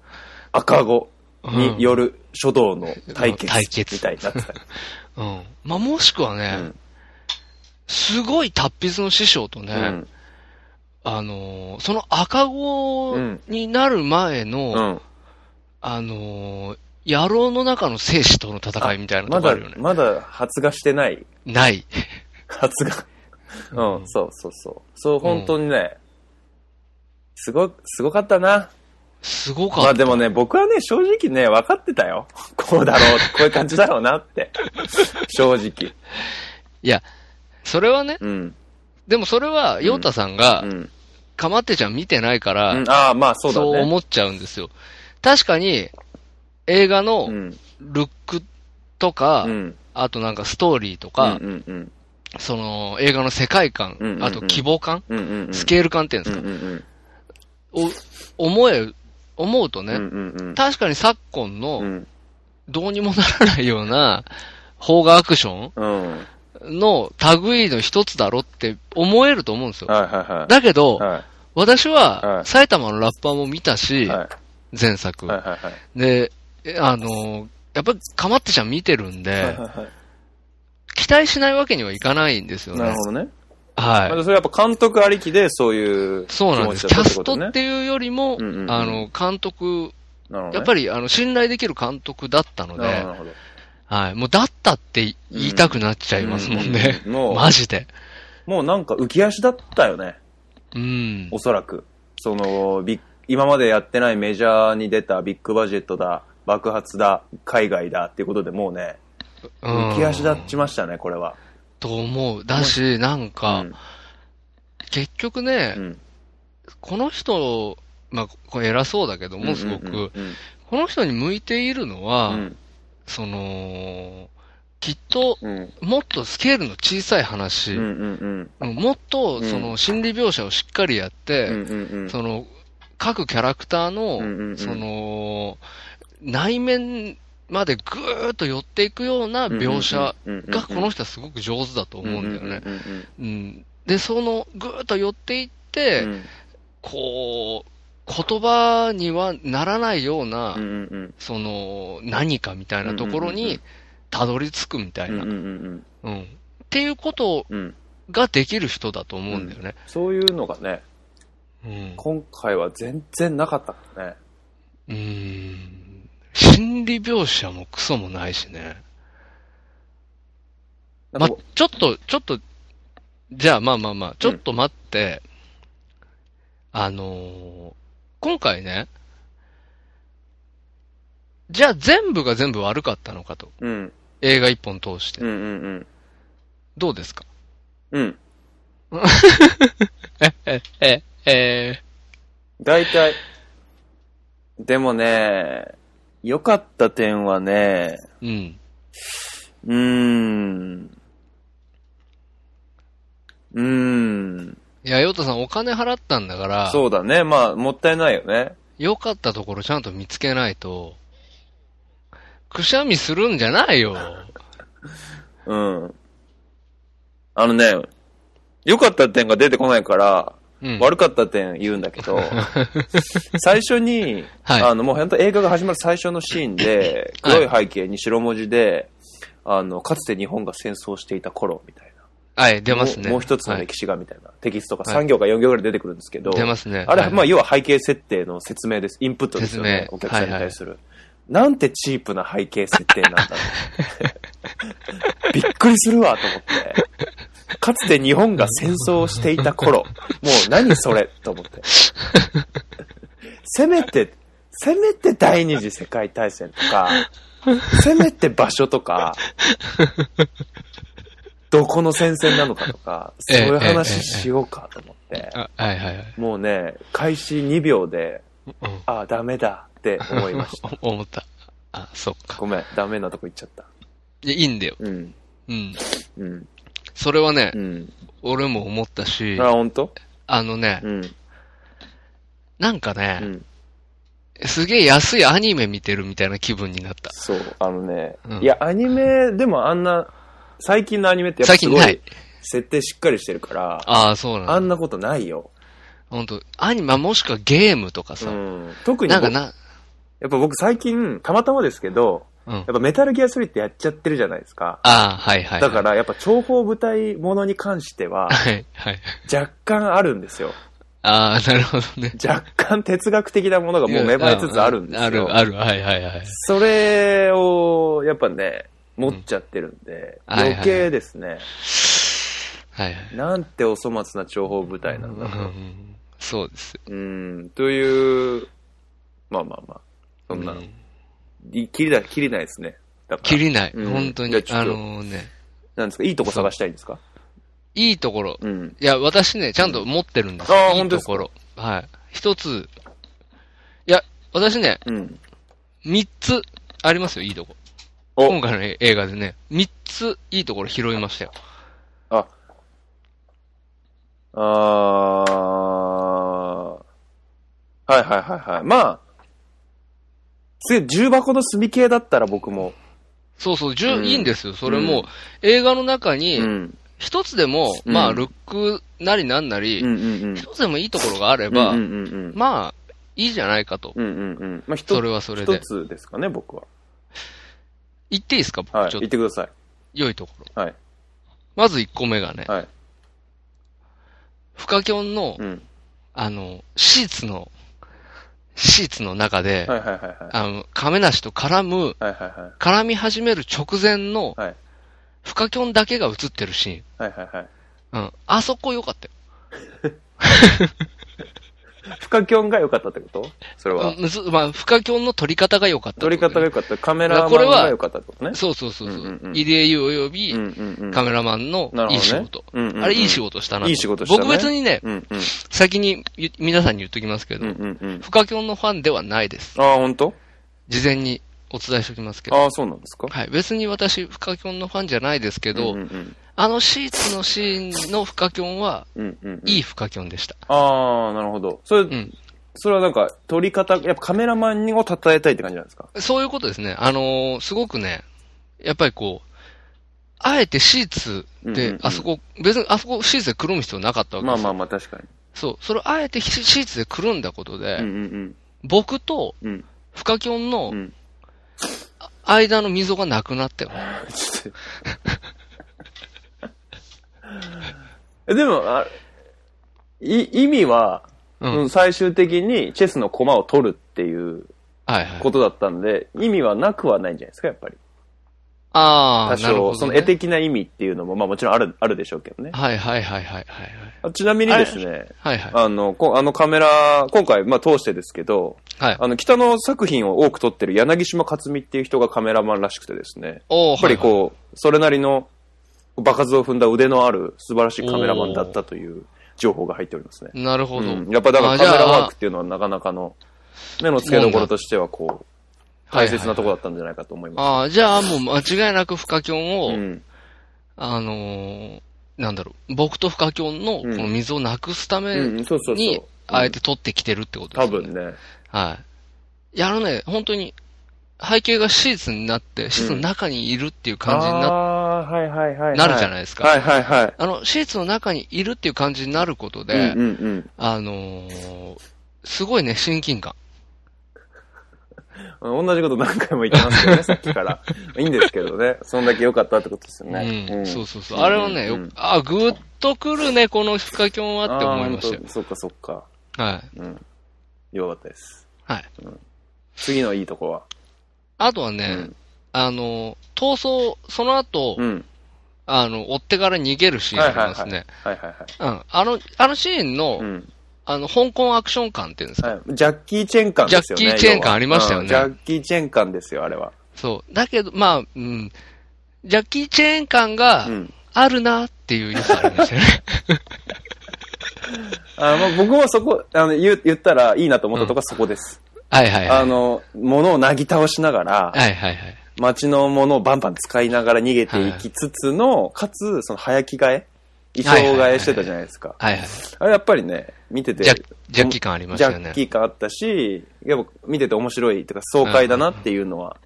Speaker 2: 赤子 による書道の対
Speaker 3: うん対決
Speaker 2: 決みたいになってた。
Speaker 3: うん。まあ、もしくはね、
Speaker 2: うん
Speaker 3: すごい達筆の師匠とね、
Speaker 2: うん
Speaker 3: あのーその赤子になる前の、
Speaker 2: うん。
Speaker 3: あのー野郎の中の生死との戦いみたいな
Speaker 2: ま
Speaker 3: とこあ
Speaker 2: だ
Speaker 3: るよね、。
Speaker 2: まだ発芽してない。
Speaker 3: ない。
Speaker 2: 発芽。うん、そうそうそう。そう、本当にね、すご、すごかったな。
Speaker 3: すごかっ
Speaker 2: ま
Speaker 3: た。
Speaker 2: あでもね、僕はね、正直ね、分かってたよ。 こうだろう、こういう感じだろうなって。 正直。
Speaker 3: いや、それはね、
Speaker 2: うん。
Speaker 3: でもそれは、ヨータさんが、
Speaker 2: うん。
Speaker 3: かまってちゃん見てないから、
Speaker 2: うんああ、まあそうだね。
Speaker 3: そう思っちゃうんですよ。確かに、映画
Speaker 2: う
Speaker 3: の
Speaker 2: ん。
Speaker 3: ルックとか、
Speaker 2: うん。
Speaker 3: あとなんかストーリーとか、
Speaker 2: うんうん
Speaker 3: その映画の世界観、
Speaker 2: うんうんうん
Speaker 3: あと希望感、
Speaker 2: うん。うんうんうん。
Speaker 3: スケール感っていうんで
Speaker 2: う
Speaker 3: す
Speaker 2: ん
Speaker 3: か、
Speaker 2: うんうん。
Speaker 3: お思え、思うとね、
Speaker 2: うんうん
Speaker 3: 確かに昨今
Speaker 2: う
Speaker 3: の
Speaker 2: ん。
Speaker 3: どうにもならないような邦画アクショ
Speaker 2: うん。はい
Speaker 3: ンの類の一つだろって思えると思うんですよ。
Speaker 2: はいはい。
Speaker 3: だけど、
Speaker 2: は
Speaker 3: 私
Speaker 2: は
Speaker 3: はい埼玉のラッパーも見たし、
Speaker 2: いは
Speaker 3: 前作、
Speaker 2: いはいはい
Speaker 3: で、えあのーやっぱりかまってちゃん見てるんで、
Speaker 2: はいはいは
Speaker 3: 期待しないわけにはいかないんですよ
Speaker 2: い。
Speaker 3: ね。
Speaker 2: なるほどね。ま
Speaker 3: はい。
Speaker 2: あそれやっぱ監督ありきでそういう気
Speaker 3: そうなんで
Speaker 2: 持ち
Speaker 3: す。キ
Speaker 2: だったっ
Speaker 3: ャ
Speaker 2: て
Speaker 3: ス
Speaker 2: こ
Speaker 3: ト
Speaker 2: とね。
Speaker 3: っていうよりも、
Speaker 2: うんうんうん
Speaker 3: あの、監督、
Speaker 2: なるほどね
Speaker 3: やっぱり、あの、信頼できる監督だったの
Speaker 2: なる
Speaker 3: で
Speaker 2: ほど、なるほど。
Speaker 3: はい。もう、だったって言いたくなっちゃいますもんね。
Speaker 2: うんうんもう
Speaker 3: マジで。
Speaker 2: もうなんか浮き足だったよね。
Speaker 3: うん
Speaker 2: お。そらく。その、ビッ今までやってないメジャーに出たビッグバジェットだ、爆発だ、海外だっていうことでもうね、浮き足立ちましたね、これは。
Speaker 3: と思う。だし、なんか、
Speaker 2: うん
Speaker 3: 結局ね、
Speaker 2: うん
Speaker 3: この人、まあ、これ偉そうだけども、すご
Speaker 2: ん
Speaker 3: く、
Speaker 2: んうん
Speaker 3: この人に向いているのは、
Speaker 2: うん
Speaker 3: その、きっと、
Speaker 2: うん
Speaker 3: もっとスケールの小さい話、
Speaker 2: うんうん
Speaker 3: もっと、その、心理描写をしっかりやっ
Speaker 2: うん
Speaker 3: て、
Speaker 2: うんうん
Speaker 3: その、各キャラクターの、
Speaker 2: うんうんうん
Speaker 3: その、内面までぐーっと寄っていくような描写が、この人はすごく上手だと思うんだよね。
Speaker 2: うんうんうん
Speaker 3: うんで、その、ぐーっと寄っていっ
Speaker 2: う
Speaker 3: て、
Speaker 2: ん
Speaker 3: こう、言葉にはならないような
Speaker 2: う、んうん
Speaker 3: その、何かみたいなと
Speaker 2: う
Speaker 3: ころ
Speaker 2: んうんうんう
Speaker 3: に
Speaker 2: ん、
Speaker 3: たどり着くみたい
Speaker 2: うんうん
Speaker 3: な
Speaker 2: う、んうん
Speaker 3: うん。っていうこと
Speaker 2: うんうん
Speaker 3: ができる人だと思うんだよね。
Speaker 2: そういうのがね、
Speaker 3: うん。
Speaker 2: 今回は全然なかったからね。
Speaker 3: うーん。心理描写もクソもないしね。
Speaker 2: な
Speaker 3: ま、
Speaker 2: ん
Speaker 3: ち
Speaker 2: か
Speaker 3: ょっと、ちょっと、じゃあまあまあまあ、ちょっと待って、あのー今回ね、じゃあ全部が全部悪かったのかと。
Speaker 2: うん
Speaker 3: 映画一本通して。
Speaker 2: うんうんうん
Speaker 3: どうですか
Speaker 2: うん。
Speaker 3: え、え、え
Speaker 2: 大体。でもね、良かった点はね、
Speaker 3: ー、うん。
Speaker 2: うーん。うーん。
Speaker 3: いや、ヨタさんお金払ったんだから、
Speaker 2: そうだね。まあ、もったいないよね。
Speaker 3: 良かったところちゃんと見つけないと、くしゃみするんじゃないよ。
Speaker 2: うん。あのね、良かった点が出てこないから、
Speaker 3: うん。
Speaker 2: 悪かった点言うんだけ ど、最初に、
Speaker 3: はい
Speaker 2: あの、もう本当映画が始まる最初のシーンで、
Speaker 3: はい
Speaker 2: 黒い背景に白文字で、あの、かつて日本が戦争していた頃みたいな。
Speaker 3: はい、出ますね。
Speaker 2: もうもう一つの
Speaker 3: はい
Speaker 2: 歴史がみたいな、テキストが
Speaker 3: はい
Speaker 2: 3行か4行ぐらい出てくるんですけど、
Speaker 3: 出ますね。
Speaker 2: あれ、
Speaker 3: はい
Speaker 2: まあ、要は背景設定の説明です。インプットですよね。
Speaker 3: 説明
Speaker 2: お客さんに
Speaker 3: はいはい
Speaker 2: 対する。なんてチープな背景設定なんだろう。びっくりするわ、と思って。かつて日本が戦争をしていた頃、もう何それ、と思って。せめて、せめて第二次世界大戦とか、せめて場所とか、どこの戦線なのかとか、そういう話しようかと思って。
Speaker 3: あはいはいはい。
Speaker 2: もうね、開始2秒で、
Speaker 3: うん
Speaker 2: ああ、ダメだって 思いま した。
Speaker 3: お思った。あ、そっか。
Speaker 2: ごめん、ダメなとこ行っちゃった。
Speaker 3: いや、いいんだよ。
Speaker 2: うん、
Speaker 3: うん。
Speaker 2: うん、
Speaker 3: それはね
Speaker 2: う、ん。
Speaker 3: 俺も思ったし
Speaker 2: あ、、ほんと
Speaker 3: あのね
Speaker 2: う、ん、
Speaker 3: なんか
Speaker 2: う
Speaker 3: ね、
Speaker 2: ん、
Speaker 3: すげえ安いアニメ見てるみたいな気分になった。
Speaker 2: そう、あのね、
Speaker 3: うん
Speaker 2: いや、アニメ、でもあんな、最近のアニメってやっぱすご
Speaker 3: 最近ない
Speaker 2: い、設定しっかりしてるから、
Speaker 3: ああ、そうな
Speaker 2: あん
Speaker 3: んだ。
Speaker 2: なことないよ。
Speaker 3: ほんと、アニメもしくはゲームとか
Speaker 2: う
Speaker 3: さ。
Speaker 2: ん、特に
Speaker 3: なんか
Speaker 2: 僕、やっ
Speaker 3: な、
Speaker 2: ぱ僕最近、たまたまですけど、
Speaker 3: うん。あ
Speaker 2: やっぱメタルギア3ってやっちゃってるじゃないですか。
Speaker 3: あ、はいはいはい。
Speaker 2: だか、ら、やっぱ情報舞台ものに関して は、
Speaker 3: はいはい。
Speaker 2: 若干あるんですよ。
Speaker 3: ああ、なるほどね。
Speaker 2: 若干哲学的なものがもう芽生えつつあるんですよ。
Speaker 3: ある、ある、はいはいはい。
Speaker 2: それを、やっぱね、持っちゃってるんで、
Speaker 3: うんはいはい
Speaker 2: 余計ですね、
Speaker 3: はいはい。
Speaker 2: なんてお粗末な情報舞台なん
Speaker 3: う
Speaker 2: だろう。
Speaker 3: んそうですよ。
Speaker 2: うん、という、まあまあまあ、そんな、
Speaker 3: うん
Speaker 2: い切りだ、切りないですね。だから
Speaker 3: 切りない。
Speaker 2: うん
Speaker 3: 本当に
Speaker 2: じゃあ。ちょ
Speaker 3: あ
Speaker 2: っと
Speaker 3: のね、
Speaker 2: なんですか、いいとこ探したいんですか
Speaker 3: いいところ。
Speaker 2: うん。
Speaker 3: いや、私ね、ちゃんと持ってるんですよ。
Speaker 2: あー
Speaker 3: いい
Speaker 2: 本当
Speaker 3: と
Speaker 2: ですか
Speaker 3: ころ。はい。一つ、いや、私ね、
Speaker 2: うん。
Speaker 3: 三つありますよ、いいとこ。
Speaker 2: お
Speaker 3: 今回の映画でね、三ついいところ拾いましたよ。
Speaker 2: あ。あーはいはいはいはい。まあ、次、重箱の隅系だったら僕も。
Speaker 3: そうそう、十、
Speaker 2: うん
Speaker 3: いいんですよ。それも、
Speaker 2: うん
Speaker 3: 映画の中に、
Speaker 2: ん。
Speaker 3: 一つでも、
Speaker 2: うん
Speaker 3: まあ、ルックなりなんな
Speaker 2: うんう
Speaker 3: り、
Speaker 2: んうん。
Speaker 3: 一つでもいいところがあれば、
Speaker 2: うんうんうん
Speaker 3: まあ、いいじゃないかと。
Speaker 2: うん。うんうんうん。まあ、一
Speaker 3: そ
Speaker 2: つ
Speaker 3: れはそれ
Speaker 2: 一
Speaker 3: で。
Speaker 2: つですかね、僕は。
Speaker 3: 言っていいですか、僕
Speaker 2: はい。
Speaker 3: ちょ
Speaker 2: 言っ
Speaker 3: っと、
Speaker 2: てくださ
Speaker 3: 良いところ。
Speaker 2: い。はい。
Speaker 3: まず一個目がね、
Speaker 2: はい。
Speaker 3: フカキョンの、
Speaker 2: うん。
Speaker 3: あの、シーツの、シーツの中で、
Speaker 2: はいはいはいはい。
Speaker 3: あの、亀梨と絡む、
Speaker 2: はいはいはい。
Speaker 3: 絡み始める直前の、
Speaker 2: はい
Speaker 3: フカキョンだけが映ってるシ
Speaker 2: はいはいはい。
Speaker 3: ーン。うん。あそこ良かったよ。
Speaker 2: フカキョンが良かったってことそれは。
Speaker 3: むずまあ、フカキョンの撮り方が良かった、
Speaker 2: 撮り方が。良かった。カメラマン
Speaker 3: これは
Speaker 2: が良かったってことね。
Speaker 3: そうそうそうそう。
Speaker 2: うんうんうん
Speaker 3: 入江優および、
Speaker 2: うんうんうん。
Speaker 3: カメラマンの
Speaker 2: なるほどね
Speaker 3: いい仕事。
Speaker 2: うんうんうん
Speaker 3: あれいい仕事したなと。
Speaker 2: いい仕事したね
Speaker 3: 僕別にね、
Speaker 2: うんうん。
Speaker 3: 先にゆ皆さんに言っときますけ
Speaker 2: う
Speaker 3: ど、
Speaker 2: んうんうん。
Speaker 3: フカキョンのファンではないです。
Speaker 2: ああ、本当？
Speaker 3: 事前にお伝えしておきますけど。
Speaker 2: ああ、そうなんですか
Speaker 3: はい。別に私、フカキョンのファンじゃないですけど、
Speaker 2: うんうん
Speaker 3: あのシーツのシーンのフカキョンは、
Speaker 2: うんうんうんうん。
Speaker 3: いいフカキョンでした。
Speaker 2: ああ、なるほど。それ、
Speaker 3: うん。
Speaker 2: それはなんか、撮り方、やっぱカメラマンを称えたいって感じなんですか
Speaker 3: そういうことですね。あのーすごくね、やっぱりこう、あえてシーツ
Speaker 2: うんうんう
Speaker 3: で
Speaker 2: ん、
Speaker 3: あそこ、別にあそこシーツでくるむ必要なかったわけ
Speaker 2: まあ
Speaker 3: です。
Speaker 2: まあまあ、確かに。
Speaker 3: そう。それをあえてシシーツでくるんだことで、
Speaker 2: うんうん
Speaker 3: 僕と
Speaker 2: うん。 うん。
Speaker 3: フカキョンの
Speaker 2: うん
Speaker 3: 間の溝がなくなったよ。
Speaker 2: ちょっとえでも、あい意味は、
Speaker 3: うん。
Speaker 2: う
Speaker 3: は
Speaker 2: ん最終的にチェスの駒を取るっていう
Speaker 3: いはい。
Speaker 2: ことだったんで、意味はなくはないんじゃないですか、やっぱり。
Speaker 3: あ
Speaker 2: 多
Speaker 3: あ、なるほ
Speaker 2: 少、
Speaker 3: ど、ね。
Speaker 2: その絵的な意味っていうのも、まあもちろんある、あるでしょうけどね。
Speaker 3: はいはいはいはいはい
Speaker 2: あちなみにですね、
Speaker 3: はい。はいは
Speaker 2: あの、こあのカメラ、今回、まあ通してですけど、
Speaker 3: い。はい。
Speaker 2: あの、北の作品を多く撮ってる柳島克美っていう人がカメラマンらしくてですね、
Speaker 3: お
Speaker 2: やっぱり
Speaker 3: う、
Speaker 2: こう、それなりの場数を踏んだ腕のある素晴らしいカメラマンだったという情報が入っておりますね。
Speaker 3: なるほど。
Speaker 2: うんやっぱだから
Speaker 3: あ
Speaker 2: カ
Speaker 3: じゃ
Speaker 2: メ
Speaker 3: あ
Speaker 2: ラワークっていうのはなかなかの目の付けどころとしてはこう、大切なところだったんじゃないかと思います。
Speaker 3: ああ、じゃあもう間違いなくフカキョンを、
Speaker 2: うん
Speaker 3: あのーなんだろう、僕とフカキョンのこ
Speaker 2: うん
Speaker 3: の水をなくすた
Speaker 2: う
Speaker 3: め
Speaker 2: ん、そうそうそう。
Speaker 3: に、あえて取ってきてるってことで
Speaker 2: 多
Speaker 3: すよね。
Speaker 2: 分ね。
Speaker 3: はい。いや、あのね、本当に、背景がシーツになって、シーツの中にいるっていう感じにな,、
Speaker 2: あーはいはいはいはい。
Speaker 3: なるじゃ
Speaker 2: い
Speaker 3: ないですか。
Speaker 2: はいはいはい。
Speaker 3: あの、シーツの中にいるっていう感じになること
Speaker 2: うん
Speaker 3: で、
Speaker 2: うんうん
Speaker 3: あのーすごいね、親近感。
Speaker 2: 同じこと何回も言ってますけど ね、さっきから。いいんですけどね。そんだけ良かったってことですよね。
Speaker 3: うん、そうそうそう。
Speaker 2: うん
Speaker 3: あれはね、よ
Speaker 2: うん
Speaker 3: あ、ぐっとくるね、このフカキョンはって思いまし
Speaker 2: あー
Speaker 3: たよ
Speaker 2: ほん。とそっかそっか。
Speaker 3: はい。
Speaker 2: うん。よかったです。
Speaker 3: はい。
Speaker 2: 次のいいとこは。
Speaker 3: あとはね、
Speaker 2: うん
Speaker 3: あの、逃走、その後、
Speaker 2: うん。
Speaker 3: あの、追ってから逃げるシーンがありますね。
Speaker 2: はいはいはい。
Speaker 3: うん。あの、あのシーンの、
Speaker 2: うん。
Speaker 3: あの、香港アクション感っていうんですか、
Speaker 2: はい。ジャッキー・チェン感ですよね。
Speaker 3: ジャッキーチェン感ありましたよね
Speaker 2: 要はうんジャッキー・チェン感ですよ、あれは。
Speaker 3: そう。だけど、まあ、うん。ジャッキー・チェーン感が
Speaker 2: うん。
Speaker 3: あるなっていう良さありまし たよね。
Speaker 2: あまあ、僕もそこ、あの言う言ったらいいなと思ったとこはそこです。
Speaker 3: はいはいはい。
Speaker 2: あの、物をなぎ倒しながら、
Speaker 3: はいはいはい。
Speaker 2: 街のものをバンバン使いながら逃げていきつつの、かつ、その早着替え。衣装替えしてたじゃないですか。
Speaker 3: はいはい。
Speaker 2: あれやっぱりね、見てて、
Speaker 3: ジャジャッキ感ありましたよね
Speaker 2: ジャッキ感あったし、やっぱ見てて面白い、とか爽快だなっていうのは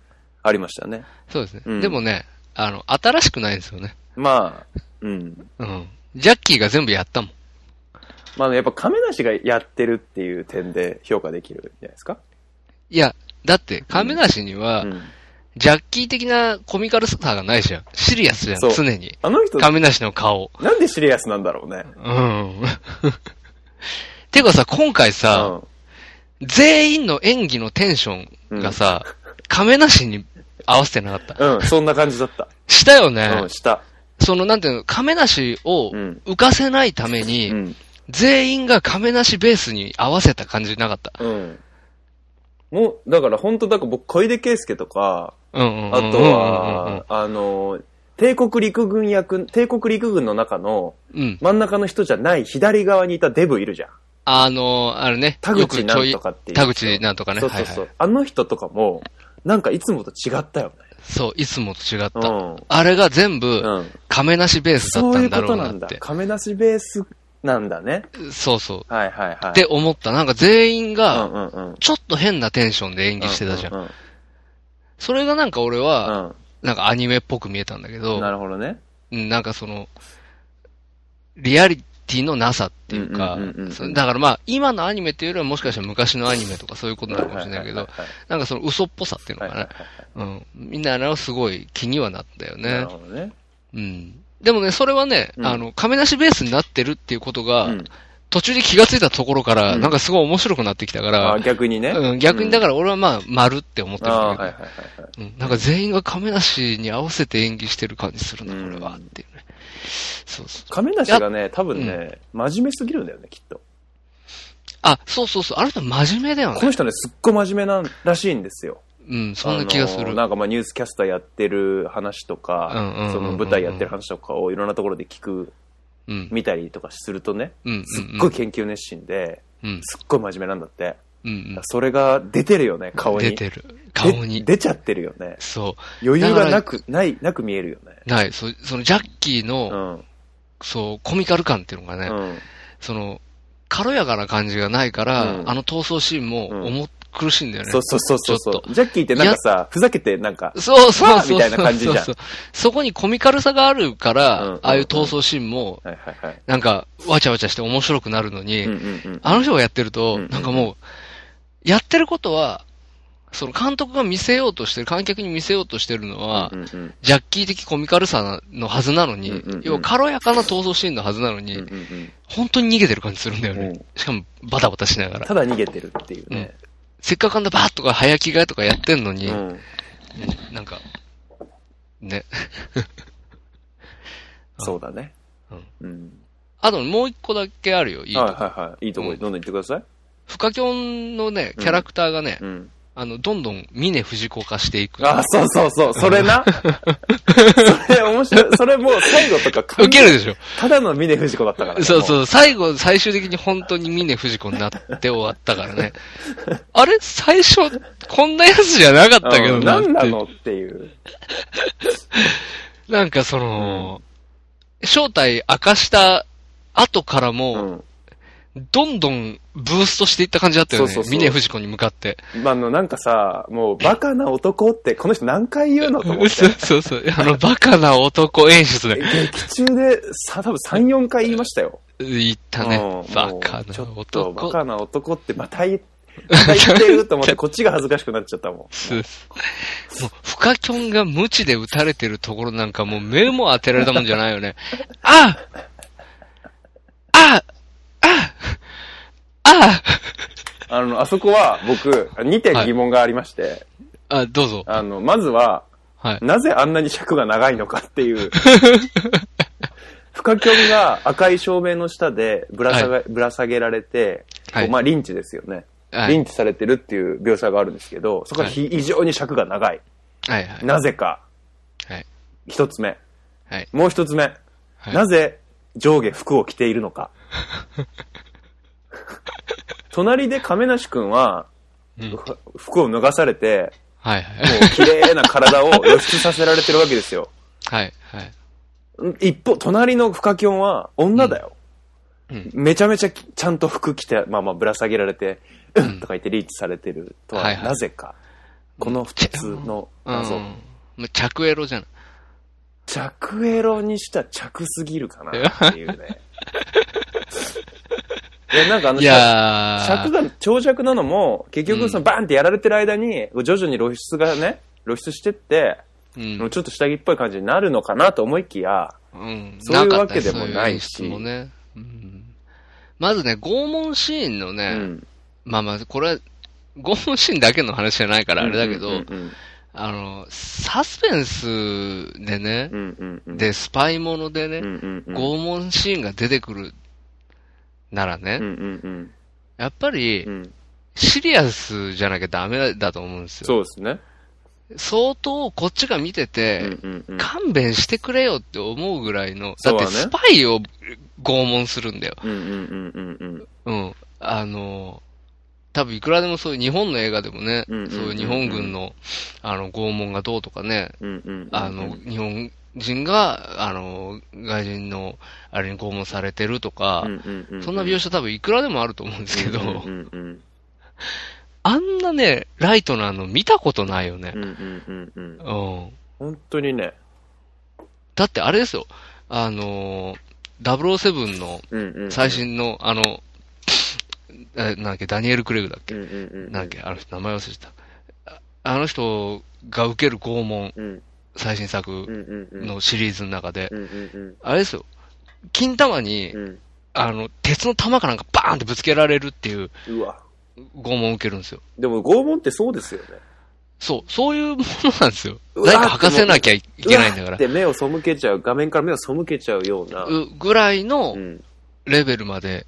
Speaker 2: ありましたね。
Speaker 3: そうですね、
Speaker 2: うん
Speaker 3: でもね、あの、新しくないんですよね。
Speaker 2: まあ、うん。
Speaker 3: うん。ジャッキーが全部やったもん。
Speaker 2: まあやっぱ亀梨がやってるっていう点で評価できるんじゃないですか。
Speaker 3: いや、だって、亀梨には、
Speaker 2: うん
Speaker 3: ジャッキー的なコミカルさがないじゃん。シリアスじゃん、
Speaker 2: そう
Speaker 3: 常に。
Speaker 2: あの人、
Speaker 3: 亀梨の顔。
Speaker 2: なんでシリアスなんだろうね。
Speaker 3: うん。 てかさ、今回さ、
Speaker 2: うん
Speaker 3: 全員の演技のテンションがさ、亀梨に合わせてなかった。
Speaker 2: うん、そんな感じだった。
Speaker 3: したよね。
Speaker 2: うん、した。
Speaker 3: その、なんていうの、亀梨を
Speaker 2: うん
Speaker 3: 浮かせないために、
Speaker 2: うん。
Speaker 3: 全員が亀梨ベースに合わせた感じなかった。
Speaker 2: うん。もう、だから本当だから僕、小出圭介とか、
Speaker 3: うんうんうん。
Speaker 2: あとは、あの、帝国陸軍役、帝国陸軍の中の
Speaker 3: うんうんうん、うん。
Speaker 2: 真ん中の人じゃない左側にいたデブいるじゃん。
Speaker 3: あの、あれね。
Speaker 2: 田口なんとかっていう
Speaker 3: よくちょ田口なんとかね。
Speaker 2: そうそう
Speaker 3: はい
Speaker 2: そ。
Speaker 3: はいう
Speaker 2: あの人とかも、なんかいつもと違ったよね。
Speaker 3: そう、いつもと違っ
Speaker 2: う
Speaker 3: た。
Speaker 2: ん。
Speaker 3: あれが全部、
Speaker 2: うん。
Speaker 3: 亀梨ベースだっ
Speaker 2: そ
Speaker 3: た
Speaker 2: うい
Speaker 3: ん
Speaker 2: う
Speaker 3: だ
Speaker 2: こ
Speaker 3: ろ
Speaker 2: と
Speaker 3: う
Speaker 2: な
Speaker 3: なんっ
Speaker 2: だ
Speaker 3: て。。
Speaker 2: 亀梨ベースなんだね。
Speaker 3: そうそう。
Speaker 2: はいはいはい。
Speaker 3: って、思った。なんか全員
Speaker 2: う
Speaker 3: が
Speaker 2: ん、うんうん。
Speaker 3: ちょっと変なテンションで演技してたじゃん。
Speaker 2: うう
Speaker 3: それがなんか俺
Speaker 2: う
Speaker 3: は、
Speaker 2: ん。
Speaker 3: なんかアニメっぽく見えたんだけ
Speaker 2: う
Speaker 3: ど
Speaker 2: ん。、なるほどね。
Speaker 3: うんなんかその、リアリティのなさっていうか
Speaker 2: うんうんうんうん、
Speaker 3: そうだからまあ、今のアニメっていうよりはもしかしたら昔のアニメとかそういうことなのかもしれないけ
Speaker 2: は
Speaker 3: ど
Speaker 2: は、はい
Speaker 3: なんかその嘘っぽさっていうの
Speaker 2: はい
Speaker 3: か
Speaker 2: はい
Speaker 3: な。うん。みんなあれはすごい気にはなったよ
Speaker 2: なる
Speaker 3: ね。
Speaker 2: ほどね。
Speaker 3: うん。でもね、それはね、
Speaker 2: うん
Speaker 3: あの、亀梨ベースになってるっていうことが、
Speaker 2: うん
Speaker 3: 途中で気がついたところから、
Speaker 2: うん
Speaker 3: なんかすごい面白くなってきたから、
Speaker 2: あ逆にね。
Speaker 3: うん、逆にだから俺はまあ、丸って思ってるん
Speaker 2: あ
Speaker 3: だ
Speaker 2: あ、はいはい
Speaker 3: け
Speaker 2: はいはい。
Speaker 3: ど、うん、なんか全員が亀梨に合わせて演技してる感じするな、
Speaker 2: うん
Speaker 3: これは、っていうね。そうそう。
Speaker 2: 亀梨がね、多分ね、真面目すぎるんだよね、きっと。
Speaker 3: あ、そうそうそう、あの人真面目だよ
Speaker 2: こ
Speaker 3: ね。
Speaker 2: の人ね、すっごい真面目なんらしいんですよ。
Speaker 3: うん、そんな気がす
Speaker 2: あの
Speaker 3: る。
Speaker 2: なんかまあニュースキャスターやってる話と
Speaker 3: うんうんうんうんう
Speaker 2: か
Speaker 3: ん、
Speaker 2: その舞台やってる話とかをいろんなところで聞く、
Speaker 3: うん、
Speaker 2: 見たりとかするとね、
Speaker 3: うん、
Speaker 2: すっごい研究熱心で、
Speaker 3: うん、
Speaker 2: すっごい真面目なんだって。
Speaker 3: うん、
Speaker 2: それが出てるよね、
Speaker 3: う
Speaker 2: 顔
Speaker 3: ん。
Speaker 2: に。
Speaker 3: 出てる。顔に。
Speaker 2: で出ちゃってるよね。
Speaker 3: そ
Speaker 2: 余裕がなく、ない、なく見えるよね。
Speaker 3: う。ない、そうそのジャッキーの、
Speaker 2: うん。
Speaker 3: そう、コミカル感っていうのがね、
Speaker 2: うん。
Speaker 3: その、軽やかな感じがないから、
Speaker 2: うん
Speaker 3: あの闘争シーンも、
Speaker 2: うん
Speaker 3: 重苦しいんだよね。
Speaker 2: そうそうそうそう
Speaker 3: ちょ
Speaker 2: そ
Speaker 3: っ
Speaker 2: う。ジャッキーってなんかさ、ふざけてなんか、
Speaker 3: そうそうそう。
Speaker 2: わーみたいな感じじゃん
Speaker 3: そうそうそこにコミカルさがあるから、
Speaker 2: うんうんうん
Speaker 3: ああいう闘争シーンも、
Speaker 2: はいはいはい。
Speaker 3: なんか、わちゃわちゃして面白くなるのに、
Speaker 2: うんうんうん。
Speaker 3: あの人がやってると、
Speaker 2: うんうん
Speaker 3: なんかもう、やってることは、その監督が見せようとしてる、観客に見せようとしてるのは、
Speaker 2: うんうん
Speaker 3: ジャッキー的コミカルさのはずなのに、
Speaker 2: うんうんうん
Speaker 3: 要は軽やかな闘争シーンのはずなのに、
Speaker 2: うんうんうん
Speaker 3: 本当に逃げてる感じするんだよね。
Speaker 2: うん
Speaker 3: しかも、バタバタしながら。
Speaker 2: ただ逃げてるっていうね。
Speaker 3: せっかくあんなバーッとか早着替えとかやってんのに、
Speaker 2: うん
Speaker 3: なんか、ね。
Speaker 2: そうだね
Speaker 3: うん。
Speaker 2: うん。
Speaker 3: あともう一個だけあるよ、いいとこ。
Speaker 2: はいはいはい。いいとこにどんどん行ってください。
Speaker 3: フカキョンのね、キャラクターがね、
Speaker 2: うん。
Speaker 3: あの、どんどん峰藤子化していく。
Speaker 2: あ、そうそうそう。それ な。それ面白い。それもう最後とか完
Speaker 3: ウケ
Speaker 2: 全
Speaker 3: る
Speaker 2: に
Speaker 3: でしょ
Speaker 2: ただの峰藤子だったからね。
Speaker 3: そう
Speaker 2: もう。
Speaker 3: そう、最後、最終的に本当に峰藤子になって終わったか らね。あれ最初、こんなやつじゃなかったけど
Speaker 2: うん
Speaker 3: なって。
Speaker 2: 何なのっていう。
Speaker 3: なんかその、正体明かした後から
Speaker 2: う
Speaker 3: も、
Speaker 2: ん。
Speaker 3: どんどんブーストしていった感じだったよね
Speaker 2: そうそう。そう
Speaker 3: 峰藤子に向かって。
Speaker 2: まあ、あの、なんかさ、もうバカな男ってこの人何回言うのと思っ
Speaker 3: そう
Speaker 2: て。
Speaker 3: そうそう。あの、バカな男演出で。
Speaker 2: 劇中でさ、多分3、4回言いましたよ。
Speaker 3: 言ったね
Speaker 2: う。ん
Speaker 3: バ
Speaker 2: もう
Speaker 3: カ
Speaker 2: ちょ
Speaker 3: な
Speaker 2: っとバ
Speaker 3: 男。
Speaker 2: カな男ってまた言また言ってると 思って、こっちが恥ずかしくなっちゃったもん。
Speaker 3: そうそうもう、フカキョンが無知で撃たれてるところなんかもう目も当てられたもんじゃないよね。ああああ
Speaker 2: あの、あそこは僕、2点疑問がありまして、
Speaker 3: ああ、どうぞ。
Speaker 2: あの、まずは、
Speaker 3: はい。
Speaker 2: なぜあんなに尺が長いのかっていう。深キョンが赤い照明の下でぶら下げ,、ぶら下げられて、
Speaker 3: はい
Speaker 2: こうまあリンチですよね、
Speaker 3: はい
Speaker 2: リンチされてるっていう描写があるんですけど、そこは非非常に尺が長い。
Speaker 3: はいはい。
Speaker 2: なぜか、
Speaker 3: はい。
Speaker 2: 一つ目。
Speaker 3: はい。
Speaker 2: もう一つ目。
Speaker 3: はい
Speaker 2: なぜ上下服を着ているの か。隣で亀梨くんは、
Speaker 3: うん
Speaker 2: ふ服を脱がされて、
Speaker 3: はいはい。
Speaker 2: もう綺麗な体を露出させられてるわけですよ。
Speaker 3: はいはい。
Speaker 2: 一方、隣の深キョンは女だよ。
Speaker 3: うん
Speaker 2: めちゃめちゃきちゃんと服着て、まあまあぶら下げられて、うんとか言ってリーチされてると
Speaker 3: は
Speaker 2: は、
Speaker 3: いはい
Speaker 2: なぜか、この二つの謎。
Speaker 3: うん。もう着エロじゃん。
Speaker 2: 着エロにしたら着すぎるかなっていうね。いや、なんかあの、
Speaker 3: いやー。
Speaker 2: 尺が長尺なのも、結
Speaker 3: う
Speaker 2: 局
Speaker 3: ん
Speaker 2: そのバーンってやられてる間に、徐々に露出がね、露出してって、
Speaker 3: うん
Speaker 2: もうちょっと下着っぽい感じになるのかなと思いきや、
Speaker 3: うん
Speaker 2: そういう
Speaker 3: か
Speaker 2: わ
Speaker 3: ったね
Speaker 2: けでもないし
Speaker 3: そうう演出もねうんまずね、拷問シーンの
Speaker 2: う
Speaker 3: ね、
Speaker 2: ん。
Speaker 3: まあまあ、これは、拷問シーンだけの話じゃないからあれだけど、
Speaker 2: うんうん
Speaker 3: あの、サスペンスでね
Speaker 2: う、んうんうん。
Speaker 3: で、スパイものでね、
Speaker 2: うんうんうん、
Speaker 3: 拷問シーンが出てくるならね、
Speaker 2: うんうんうん
Speaker 3: やっぱり
Speaker 2: う、ん。
Speaker 3: シリアスじゃなきゃダメだと思うんですよ。
Speaker 2: そうですね。
Speaker 3: 相当こっちが見てて、
Speaker 2: うんうんうん。
Speaker 3: 勘弁してくれよって思うぐらいの、
Speaker 2: そ
Speaker 3: だ
Speaker 2: う
Speaker 3: っ
Speaker 2: だ
Speaker 3: て
Speaker 2: ね
Speaker 3: スパイを拷問するんだよ。
Speaker 2: うんうんうんうんうん。
Speaker 3: うん。あの、多分いくらでもそういう日本の映画でもね、
Speaker 2: うんうんうんうん
Speaker 3: そういう日本軍の、あの、拷問がどうとかね、
Speaker 2: うんうんうん。
Speaker 3: あの、日本人が、あの、外人の、あれに拷問されてるとか
Speaker 2: う、んうんうん、
Speaker 3: そんな描写多分いくらでもあると思うんですけど、
Speaker 2: うんうんうん
Speaker 3: あんなね、ライトなの見たことないよね
Speaker 2: う。んうんうんうん。
Speaker 3: うん。
Speaker 2: 本当にね。
Speaker 3: だってあれですよ、あの、007の、
Speaker 2: うんうんうん。
Speaker 3: 最。新の、あの、えなんだっけ、ダニエル・クレイグだっ
Speaker 2: う
Speaker 3: け、
Speaker 2: んうんうん。
Speaker 3: なんだっけ、あの人、名前忘れてた。ああの人が受ける拷問、
Speaker 2: うん
Speaker 3: 最
Speaker 2: う
Speaker 3: 新
Speaker 2: ん
Speaker 3: 作
Speaker 2: うんうん。
Speaker 3: のシリーズの中で、
Speaker 2: うんうん
Speaker 3: あれですよ、金玉に
Speaker 2: う、ん。
Speaker 3: あの、鉄の玉かなんかバーンってぶつけられるっていう
Speaker 2: うん。うわ。
Speaker 3: 拷問を受けるんですよ。
Speaker 2: でも拷問ってそうですよね。
Speaker 3: そう、そういうものなんですよ。
Speaker 2: うわ
Speaker 3: 何か吐かせなきゃいけないんだから。
Speaker 2: で、目を背けちゃう、画面から目を背けちゃうような。
Speaker 3: うぐらいの
Speaker 2: うん。
Speaker 3: レベルまで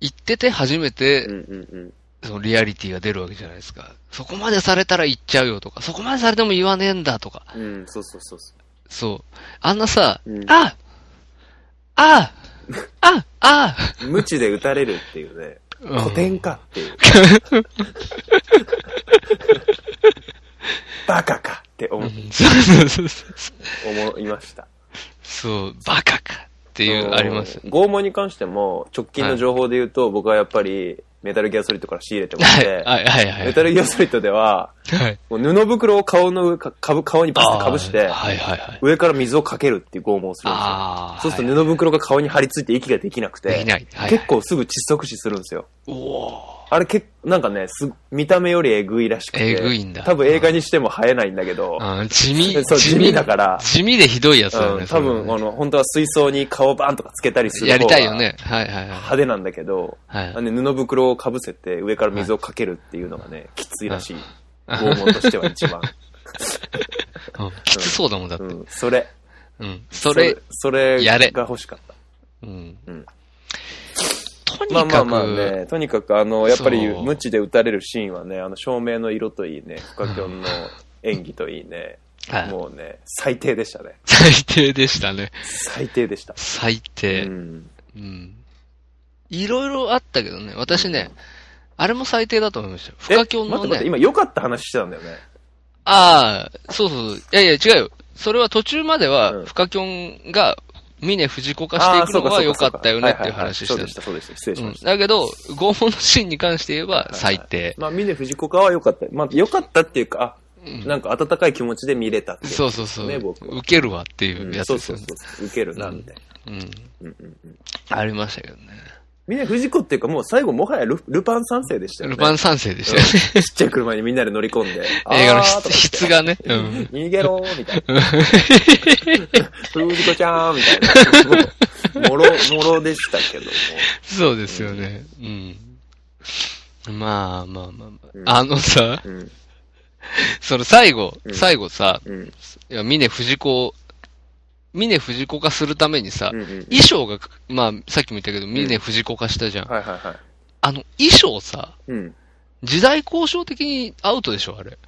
Speaker 3: 行ってて初めて
Speaker 2: うんうんうん。
Speaker 3: そのリアリティが出るわけじゃないですか。そこまでされたら言っちゃうよとか、そこまでされても言わねえんだとか、
Speaker 2: うん、そうそうそうそ
Speaker 3: そう。あんなさ、
Speaker 2: うん
Speaker 3: ああああ
Speaker 2: う。無知で打たれるっていうね。
Speaker 3: あ
Speaker 2: 古典かっていう。バカかって
Speaker 3: う
Speaker 2: 思
Speaker 3: んそうそうそうそう。
Speaker 2: 思いました。
Speaker 3: そう、バカかっていう、ありますよ。
Speaker 2: 拷問に関しても、直近の情報で言うと、僕はやっぱり、メタルギアソリッドから仕入れてもらっ
Speaker 3: はい、
Speaker 2: て、
Speaker 3: はい、はいはい。
Speaker 2: メタルギアソリッドでは、
Speaker 3: はい。
Speaker 2: もう布袋を顔の上か、かぶ顔にバスってかぶして
Speaker 3: あー、はい、はい、はい。
Speaker 2: 上から水をかけるっていう拷問をするんですよ。
Speaker 3: ああ。
Speaker 2: そうする
Speaker 3: ね、
Speaker 2: と布袋が顔に張り付いて息ができなく
Speaker 3: で
Speaker 2: て
Speaker 3: き、ない。はい、はい。
Speaker 2: 結構すぐ窒息死するんですよ。
Speaker 3: おお
Speaker 2: あれ結構、なんかね、す見た目よりえぐいらしくて。
Speaker 3: えぐいんだ
Speaker 2: 多分映画にしても映えないんだけど、
Speaker 3: ー。うん地 味、
Speaker 2: そう地味だから
Speaker 3: 地味でひどいやつだよ
Speaker 2: う
Speaker 3: ね。
Speaker 2: ん、
Speaker 3: そ
Speaker 2: 多
Speaker 3: れはね
Speaker 2: 分、あの、本当は水槽に顔バーンとかつけたりする
Speaker 3: やり
Speaker 2: 方
Speaker 3: た
Speaker 2: が
Speaker 3: いよね。はい、はい、はい。
Speaker 2: 派手なんだけど、
Speaker 3: はい
Speaker 2: あのね布袋をかぶせて上から水をかけるっていうのがね、きついらしい。拷問としては一番。
Speaker 3: うんきつそうだもんだって
Speaker 2: う。ん、それ。
Speaker 3: うん。それ、
Speaker 2: それ
Speaker 3: やれ
Speaker 2: が欲しかった。
Speaker 3: うん
Speaker 2: うん
Speaker 3: とに
Speaker 2: まあま
Speaker 3: か
Speaker 2: あ
Speaker 3: く、
Speaker 2: まあね、とにかくあの、やっぱり
Speaker 3: そう
Speaker 2: 無知で打たれるシーンはね、あの照明の色といいね、フカキョンの演技といいね
Speaker 3: は、い
Speaker 2: もうね、最低でしたね。
Speaker 3: 最低でしたね。
Speaker 2: 最低でした。
Speaker 3: 最
Speaker 2: う
Speaker 3: 低。
Speaker 2: ん。
Speaker 3: うん。いろいろあったけどね、私ね、あれも最低だと思いましたよ。深京
Speaker 2: え待っ
Speaker 3: の
Speaker 2: て待って、
Speaker 3: ね、
Speaker 2: 今良かった話してたんだよね。
Speaker 3: ああ、そうそうそう、いやいや違うよ。それは途中まで
Speaker 2: う
Speaker 3: は、
Speaker 2: ん
Speaker 3: 深京が、峰藤子化していくの
Speaker 2: あーそうかそう
Speaker 3: は
Speaker 2: か
Speaker 3: 良かったよねっていう話し
Speaker 2: そう
Speaker 3: て
Speaker 2: で
Speaker 3: る
Speaker 2: した、そうでした。失礼し
Speaker 3: うん
Speaker 2: ました。
Speaker 3: だけど、拷問のシーンに関して言えば最低。
Speaker 2: まあ、峰藤子化は良かった。まあ、良かったっていうか、
Speaker 3: うん
Speaker 2: あ、なんか温かい気持ちで見れたっていう。
Speaker 3: そうそうそう。
Speaker 2: ね
Speaker 3: 受
Speaker 2: 僕は
Speaker 3: けるわっていううんやつ
Speaker 2: そう
Speaker 3: です
Speaker 2: そう
Speaker 3: よね。
Speaker 2: そう。受けるなんで。
Speaker 3: うん。
Speaker 2: うんうんうん。
Speaker 3: ありましたけどね。
Speaker 2: 峰藤子っていうか、もう最後もはやルルパン三世でしたよね。
Speaker 3: ルパン三世でしたよね。
Speaker 2: ちっちゃい車にみんなで乗り込んで、
Speaker 3: 映画の
Speaker 2: あーと
Speaker 3: 質
Speaker 2: か言って
Speaker 3: 質がね。うん。
Speaker 2: 逃げろーみたいな。 藤子ちゃーんみたいな。もろ、もろでしたけども。
Speaker 3: そうですよね。うん。まあまあまあま
Speaker 2: うん
Speaker 3: あ。あのさ、
Speaker 2: うん、
Speaker 3: その最後、
Speaker 2: うん
Speaker 3: 最後さ、
Speaker 2: うん、
Speaker 3: いや、峰藤子を、峰藤子化するためにさ
Speaker 2: うん、うん。
Speaker 3: 衣装が、まあ、さっきも言ったけど、峰藤子化したじゃん。
Speaker 2: はいはいはい。
Speaker 3: あの、衣装さ、
Speaker 2: うん。
Speaker 3: 時代交渉的にアウトでしょ、あれ。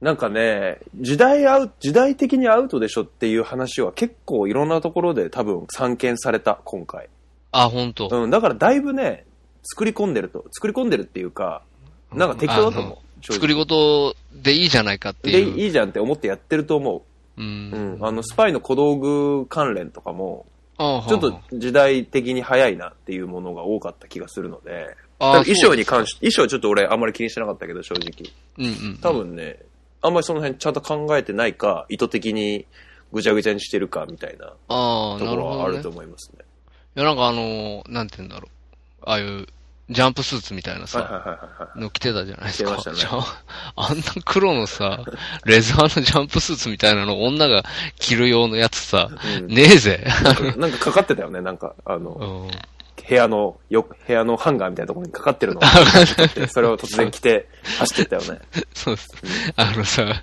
Speaker 2: なんかね、時代アウ時代的にアウトでしょっていう話は結構いろんなところで多分散見された、今回。
Speaker 3: あ、ほんと。
Speaker 2: うん、だからだいぶね、作り込んでると、作り込んでるっていうか、なんか適当だと
Speaker 3: あ
Speaker 2: 思
Speaker 3: の
Speaker 2: う。
Speaker 3: 作り
Speaker 2: 事
Speaker 3: 事でいいじゃないかって
Speaker 2: で
Speaker 3: いう。
Speaker 2: いいじゃんって思ってやってると思
Speaker 3: う。
Speaker 2: うんん。あの、スパイの小道具関連とかも、
Speaker 3: ああ
Speaker 2: ちょっと時代的に早いなっていうものが多かった気がするので、
Speaker 3: ああ
Speaker 2: ただ衣装に
Speaker 3: そう
Speaker 2: 関して、衣装ちょっと俺あんまり気にしてなかったけど、正直。
Speaker 3: ですうんうん。
Speaker 2: 多分ね、あんまりその辺ちゃんと考えてないか、意図的にぐちゃぐちゃにしてるかみたいな
Speaker 3: ああ、
Speaker 2: と
Speaker 3: な
Speaker 2: ころ
Speaker 3: るほ
Speaker 2: は
Speaker 3: ど、
Speaker 2: あ
Speaker 3: ね。
Speaker 2: る
Speaker 3: い
Speaker 2: と思いますね。
Speaker 3: や、なんかあのー、なんて言うんだろう。ああいう、ジャンプスーツみたいな
Speaker 2: はいはい
Speaker 3: さ、
Speaker 2: はいはいはい。
Speaker 3: の着てたじゃないで
Speaker 2: 着
Speaker 3: す
Speaker 2: て
Speaker 3: か。
Speaker 2: ましたね
Speaker 3: じゃああんな黒の さ、レザーのジャンプスーツみたいなの女が着る用のやつさ、
Speaker 2: うん
Speaker 3: ね えぜ。
Speaker 2: なんかかかってたよね、なんか、あ
Speaker 3: う
Speaker 2: の、
Speaker 3: ん。
Speaker 2: 部屋の、よ、部屋のハンガーみたいなところにかかってるの。それを突然着て走ってったよね。
Speaker 3: そうです。あのさ、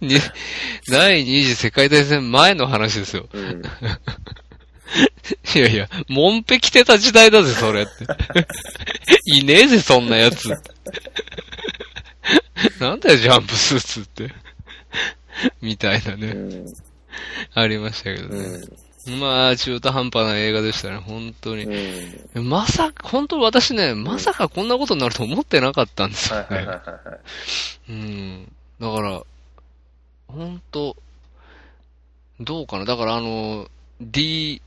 Speaker 3: に、第二次世界大戦前の話ですよ。
Speaker 2: うん。
Speaker 3: いやいや、もんぺ着てた時代だぜ、それ って。いねえぜ、そんなやつ。なんだよ、ジャンプスーツって。みたいな
Speaker 2: う
Speaker 3: ね、
Speaker 2: ん。
Speaker 3: ありましたけど
Speaker 2: う
Speaker 3: ね。
Speaker 2: ん。
Speaker 3: まあ、中途半端な映画でしたね、本当に。
Speaker 2: うん
Speaker 3: まさか、本当私ね、まさかこんなことになると思ってなかったんですよ
Speaker 2: は
Speaker 3: ね。
Speaker 2: いはいはいはいはい。
Speaker 3: うん。だから、本当どうかな。だから、あの、D、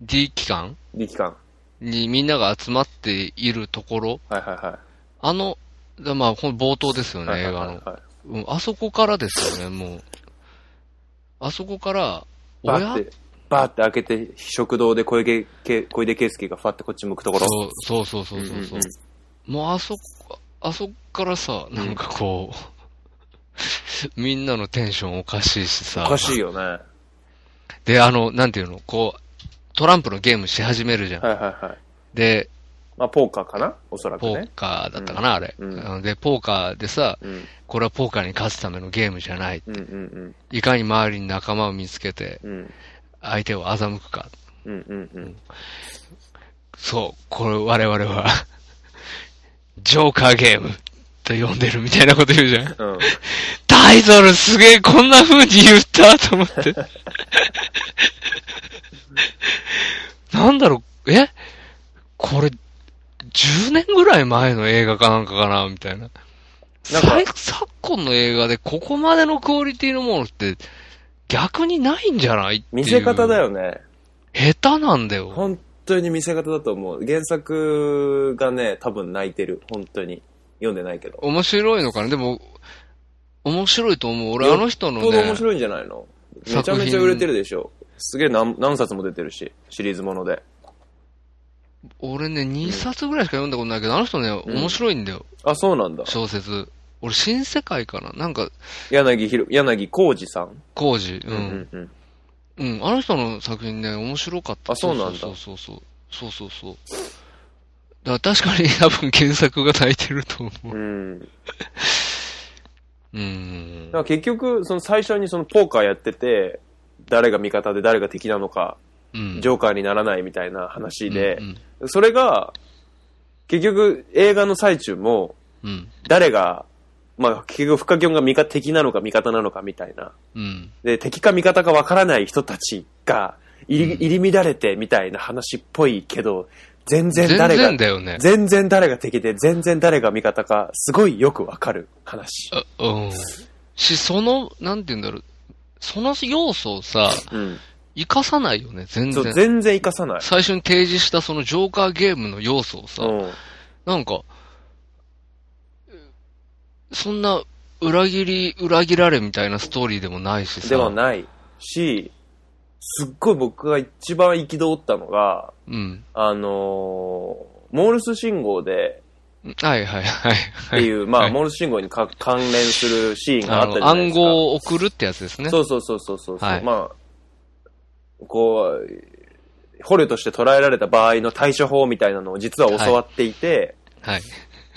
Speaker 3: D 機関
Speaker 2: 力感。
Speaker 3: にみんなが集まっているところ、
Speaker 2: はいはいは
Speaker 3: あの、だまあ、この冒頭ですよ
Speaker 2: い。
Speaker 3: ね、
Speaker 2: はい
Speaker 3: 映
Speaker 2: はい
Speaker 3: 画
Speaker 2: はい
Speaker 3: の。
Speaker 2: は
Speaker 3: うん、あそこからですよね、もう。あそこから、
Speaker 2: い。バーっ
Speaker 3: 親
Speaker 2: て、バーって開けて、食堂で小池け、小出圭介がファってこっち向くところ。
Speaker 3: そうそうそうそうそうそう。もうあそこ、あそこからさ、なんかこう、 みんなのテンションおかしいしさ。
Speaker 2: おかしいよね。は
Speaker 3: で、あの、なんていうの、こう、トランプのゲームし始めるじゃん。
Speaker 2: いはいはい。
Speaker 3: で、
Speaker 2: まあ、ポーカーかなおそらく
Speaker 3: ポ
Speaker 2: ね
Speaker 3: ー。カーだったかな、あれ、
Speaker 2: うん
Speaker 3: あので、ポーカーでさ、
Speaker 2: うん。
Speaker 3: これはポーカーに勝つためのゲームじゃない。
Speaker 2: うんうん
Speaker 3: いかに周りに仲間を見つけて、
Speaker 2: うん。うん。
Speaker 3: 相手を欺くか。
Speaker 2: うんうんうん。
Speaker 3: そう、これ我々は、ジョーカーゲームと呼んでるみたいなこと言うじゃん。
Speaker 2: うん。
Speaker 3: タイトルすげえこんな風に言ったと思って。なんだろう、えこれ、10年ぐらい前の映画かなんかかなみたいな。
Speaker 2: なんか
Speaker 3: 最昨今の映画でここまでのクオリティのものって逆にないんじゃないっていう
Speaker 2: 見せ方だ。よね。
Speaker 3: 下手なんだよ。
Speaker 2: 本当に見せ方だと思う。原作がね、多分泣いてる。本当に。読んでないけど。
Speaker 3: 面白いのかなでも、面白いと思う。俺
Speaker 2: よっ
Speaker 3: あの人の
Speaker 2: ちょうど面
Speaker 3: ね、
Speaker 2: 白いんじゃないのめち
Speaker 3: 作
Speaker 2: ゃ
Speaker 3: 品
Speaker 2: めちゃ売れてるでしょ。すげえ何何冊も出てるし、シリーズもので。
Speaker 3: 俺ね、2冊ぐらいしか読んだことないけど、あの人ね、
Speaker 2: ん
Speaker 3: 面白いんだよ。
Speaker 2: あ、そうなんだ。
Speaker 3: 小説。俺、新世界かななんか、
Speaker 2: 柳ひろ、柳浩二さん。
Speaker 3: 工事。う。
Speaker 2: うんうんうん。
Speaker 3: うん。あの人の作品ね、面白かった。
Speaker 2: あそうなんだ
Speaker 3: そうそうそう。そうそうそう。だから確かに多分原作が泣いてると思
Speaker 2: う
Speaker 3: う。
Speaker 2: ん。だ
Speaker 3: うん
Speaker 2: か。ら結局、その最初にそのポーカーやってて、誰が味方で誰が敵なのか、
Speaker 3: うん。
Speaker 2: ジョーカーにならないみたいな話で
Speaker 3: うん、
Speaker 2: それが、結局映画の最中も、
Speaker 3: うん。
Speaker 2: 誰が、まあ結局フカキョンが味方、敵なのか味方なのかみたいな。
Speaker 3: うん。
Speaker 2: で、敵か味方かわからない人たちが入り、入り乱れてみたいな話っぽいけど、全然
Speaker 3: 全
Speaker 2: 誰が、
Speaker 3: 然だよね。
Speaker 2: 全然誰が敵で、全然誰が味方か、すごいよくわかる話。
Speaker 3: あうん。し、その、なんて言うんだろう。その要素をさ、
Speaker 2: うん。
Speaker 3: 生かさないよね、全
Speaker 2: そう、
Speaker 3: 然。
Speaker 2: 全然活かさない。
Speaker 3: 最初に提示したそのジョーカーゲームの要素をさ、
Speaker 2: うん。
Speaker 3: なんか、そんな裏切り、裏切られみたいなストーリーでもないしさ。
Speaker 2: ではないし、すっごい僕が一番憤ったのが、
Speaker 3: うん。
Speaker 2: あのーモールス信号で、
Speaker 3: はいはいはい。
Speaker 2: っていう、ま
Speaker 3: は
Speaker 2: あ、
Speaker 3: い
Speaker 2: モールス信号にか関連するシーンが
Speaker 3: あ
Speaker 2: あったじ
Speaker 3: の、
Speaker 2: ゃないで
Speaker 3: 暗
Speaker 2: すか。
Speaker 3: 号を送るってやつですね。
Speaker 2: そうそうそうそうそう、
Speaker 3: はい
Speaker 2: まあ、こう、捕虜として捉えられた場合の対処法みたいなのを実は教わっていて、
Speaker 3: はい。
Speaker 2: っ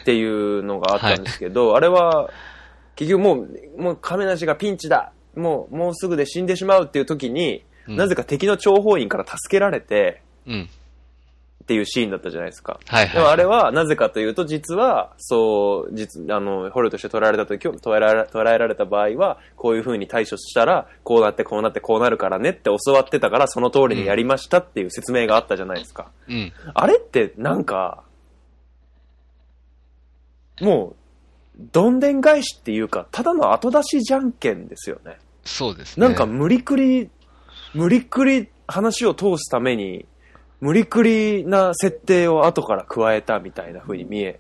Speaker 2: ていうのがあったんですけど、あれは、結局もう、もう亀梨がピンチだもう、もうすぐで死んでしまうっていう時に、
Speaker 3: うん
Speaker 2: なぜか敵の諜報員から助けられて、
Speaker 3: うん。
Speaker 2: っていうシーンだったじゃないですか。
Speaker 3: はい
Speaker 2: でも
Speaker 3: は
Speaker 2: あれは、なぜかというと、実は、そう、実、あの、捕虜として捉えられたとき、捉えられ捉えられた場合は、こういう風に対処したら、こうなって、こうなって、こうなるからねって教わってたから、その通りにやりましたっていう説明があったじゃないですか。
Speaker 3: い。うん。
Speaker 2: あれって、なんか、もう、どんでん返しっていうか、ただの後出しじゃんけんですよね。
Speaker 3: そうですね。
Speaker 2: なんか無理くり、無理くり話を通すために、無理くりな設定を後から加えたみたいな風に見え、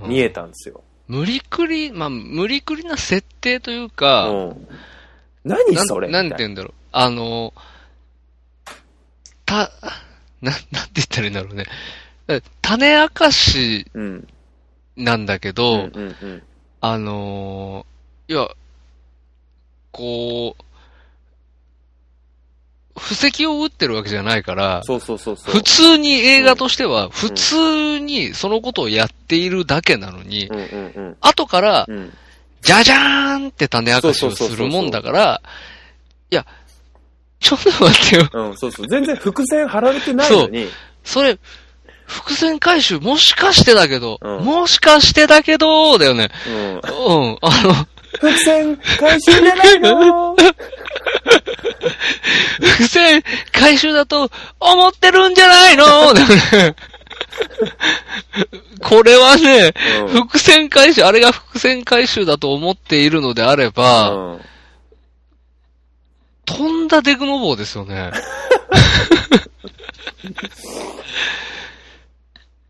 Speaker 3: うん
Speaker 2: 見えたんですよ。
Speaker 3: 無理くり、まあ、無理くりな設定というか、
Speaker 2: うん。何
Speaker 3: なん
Speaker 2: それ
Speaker 3: なん
Speaker 2: み
Speaker 3: て
Speaker 2: たい
Speaker 3: 言うんだろう。あの、た、な、なんて言ったらいいんだろうね。種明かし
Speaker 2: なうん。
Speaker 3: なんだけど、
Speaker 2: うんうんうん。
Speaker 3: あのー、いや、こう、布石を打ってるわけじゃないから、
Speaker 2: そうそうそうそう。
Speaker 3: 普通に映画としては、普通にそのことをやっているだけなのに、
Speaker 2: うんうんうん。
Speaker 3: 後から、
Speaker 2: うん。
Speaker 3: じゃじゃーんって種明かしをするもんだから、いや、ちょっと待ってよ。
Speaker 2: うん、そうそう。全然伏線張られてないのに、
Speaker 3: それ、伏線回収もしかしてだけど、
Speaker 2: うん
Speaker 3: もしかしてだけど、だよね。
Speaker 2: うん
Speaker 3: う。ん、あの、
Speaker 2: 伏線回収じゃないの
Speaker 3: 伏線回収だと思ってるんじ ゃないのこれはね、
Speaker 2: うん
Speaker 3: 伏線回収、あれが伏線回収だと思っているのであれば、
Speaker 2: うん。
Speaker 3: とんだデクノボーです よね。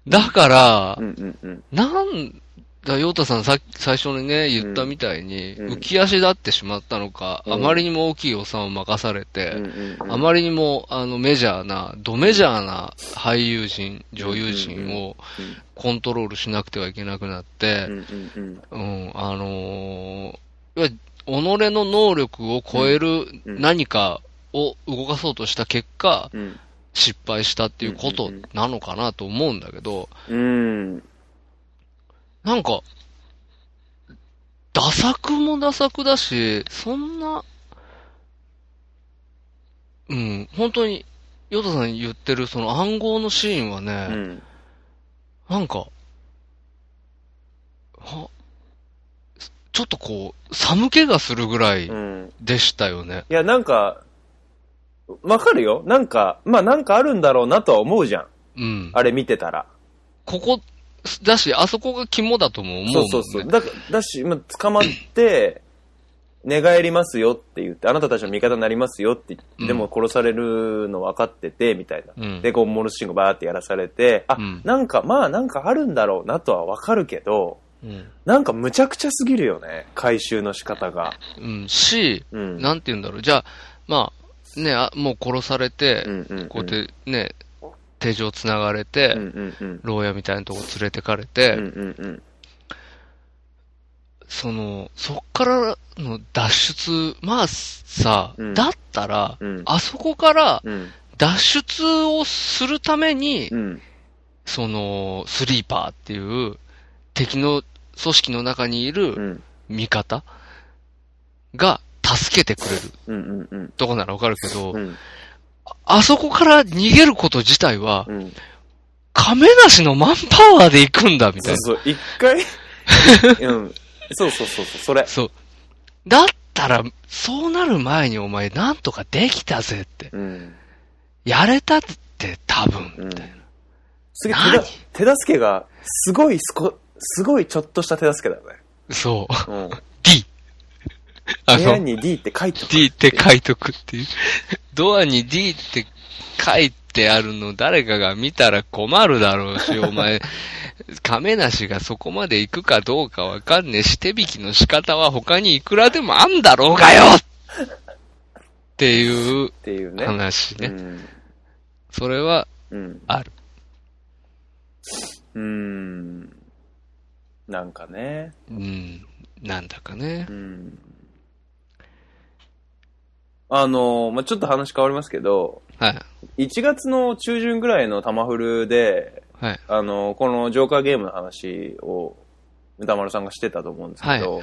Speaker 3: だから
Speaker 2: う、んうんうん。
Speaker 3: なんだ、ヨータさんさっき最初にね、言ったみたいに、
Speaker 2: うん
Speaker 3: 浮き足立ってしまったのか、
Speaker 2: うん
Speaker 3: あまりにも大きい予算を任されて、
Speaker 2: うんうんうん
Speaker 3: あまりにもあのメジャーな、ドメジャーな俳優陣、女優陣をコントロールしなくてはいけなくなって
Speaker 2: う、んうんうん
Speaker 3: うん、あのーいわゆる己の能力を超える
Speaker 2: うん
Speaker 3: 何かを動かそうとした結果、
Speaker 2: うん。
Speaker 3: 失敗したっていうことなのかなと思うんだけど、
Speaker 2: うん。
Speaker 3: なんか、ダ作もダ作だし、そんな、うん、本当に、ヨタさん言ってるその暗号のシーンはね
Speaker 2: う、ん。
Speaker 3: なんか、は、ちょっとこう、寒気がするぐらい
Speaker 2: うん。
Speaker 3: でしたよね。
Speaker 2: いや、なんか、わかるよ。なんか、まあなんかあるんだろうなとは思うじゃん。
Speaker 3: うん。
Speaker 2: あれ見てたら。
Speaker 3: ここ、だし、あそこが肝だとも思うも
Speaker 2: そ
Speaker 3: ん
Speaker 2: う
Speaker 3: ね。
Speaker 2: そうそう。だだし、まあ、捕まって、寝返りますよって言って、あなたたちの味方になりますよって言って、
Speaker 3: うん
Speaker 2: でも殺されるの分かってて、みたいな。
Speaker 3: うん
Speaker 2: で、こう、モルス信号バーってやらされて、あ、
Speaker 3: うん
Speaker 2: なんか、まあなんかあるんだろうなとは分かるけど、
Speaker 3: うん。
Speaker 2: なんかむちゃくちゃすぎるよね、回収の仕方が。
Speaker 3: うん。し、
Speaker 2: うん。
Speaker 3: なんて言うんだろう。じゃあ、まあ、ね、あもう殺されて、
Speaker 2: うんうんうん、
Speaker 3: こうやってね、手錠つながれて、
Speaker 2: うんうんうん。
Speaker 3: 牢屋みたいなとこ連れてかれて、
Speaker 2: うんうんうん。
Speaker 3: その、そっからの脱出、まあさ、
Speaker 2: うん
Speaker 3: だったら、
Speaker 2: うん
Speaker 3: あそこから
Speaker 2: うん
Speaker 3: 脱出をするために、
Speaker 2: うん。
Speaker 3: その、スリーパーっていう敵の組織の中にいる
Speaker 2: うん
Speaker 3: 味方が助けてくれる
Speaker 2: うんうんうん。
Speaker 3: とこならわかるけど、
Speaker 2: うん
Speaker 3: あそこから逃げること自体は
Speaker 2: う、ん。
Speaker 3: 亀梨のマンパワーで行くんだ、みたい
Speaker 2: そう
Speaker 3: な。
Speaker 2: そう、一回、うん。そうそうそうそう、それ。
Speaker 3: そう。だったら、そうなる前にお前なんとかできたぜって。
Speaker 2: うん。
Speaker 3: やれたって多
Speaker 2: う
Speaker 3: 分、
Speaker 2: ん
Speaker 3: みたいな。
Speaker 2: すげえ
Speaker 3: 何
Speaker 2: 手だ、手助けが、すごいすこ、すごいちょっとした手助けだよね。
Speaker 3: そう。
Speaker 2: うん。
Speaker 3: D。あ
Speaker 2: 部屋
Speaker 3: の、
Speaker 2: に D って書いて
Speaker 3: D って書いとくっていう。ドアに D って書いてあるの誰かが見たら困るだろう し、お前、亀梨がそこまで行くかどうかわかんねえし、手引きの仕方は他にいくらでもあんだろうがよっていう
Speaker 2: っていうね。
Speaker 3: 話ね。
Speaker 2: うん。
Speaker 3: それは
Speaker 2: うん。
Speaker 3: ある。
Speaker 2: うん。なんかね。
Speaker 3: うん。なんだかね
Speaker 2: う。ん。あの、まあ、ちょっと話変わりますけど、
Speaker 3: はい。
Speaker 2: 1月の中旬ぐらいのタマフルで、
Speaker 3: はい。
Speaker 2: あの、このジョーカーゲームの話を、歌丸さんがしてたと思うんです
Speaker 3: は
Speaker 2: け
Speaker 3: い。
Speaker 2: ど、
Speaker 3: はい。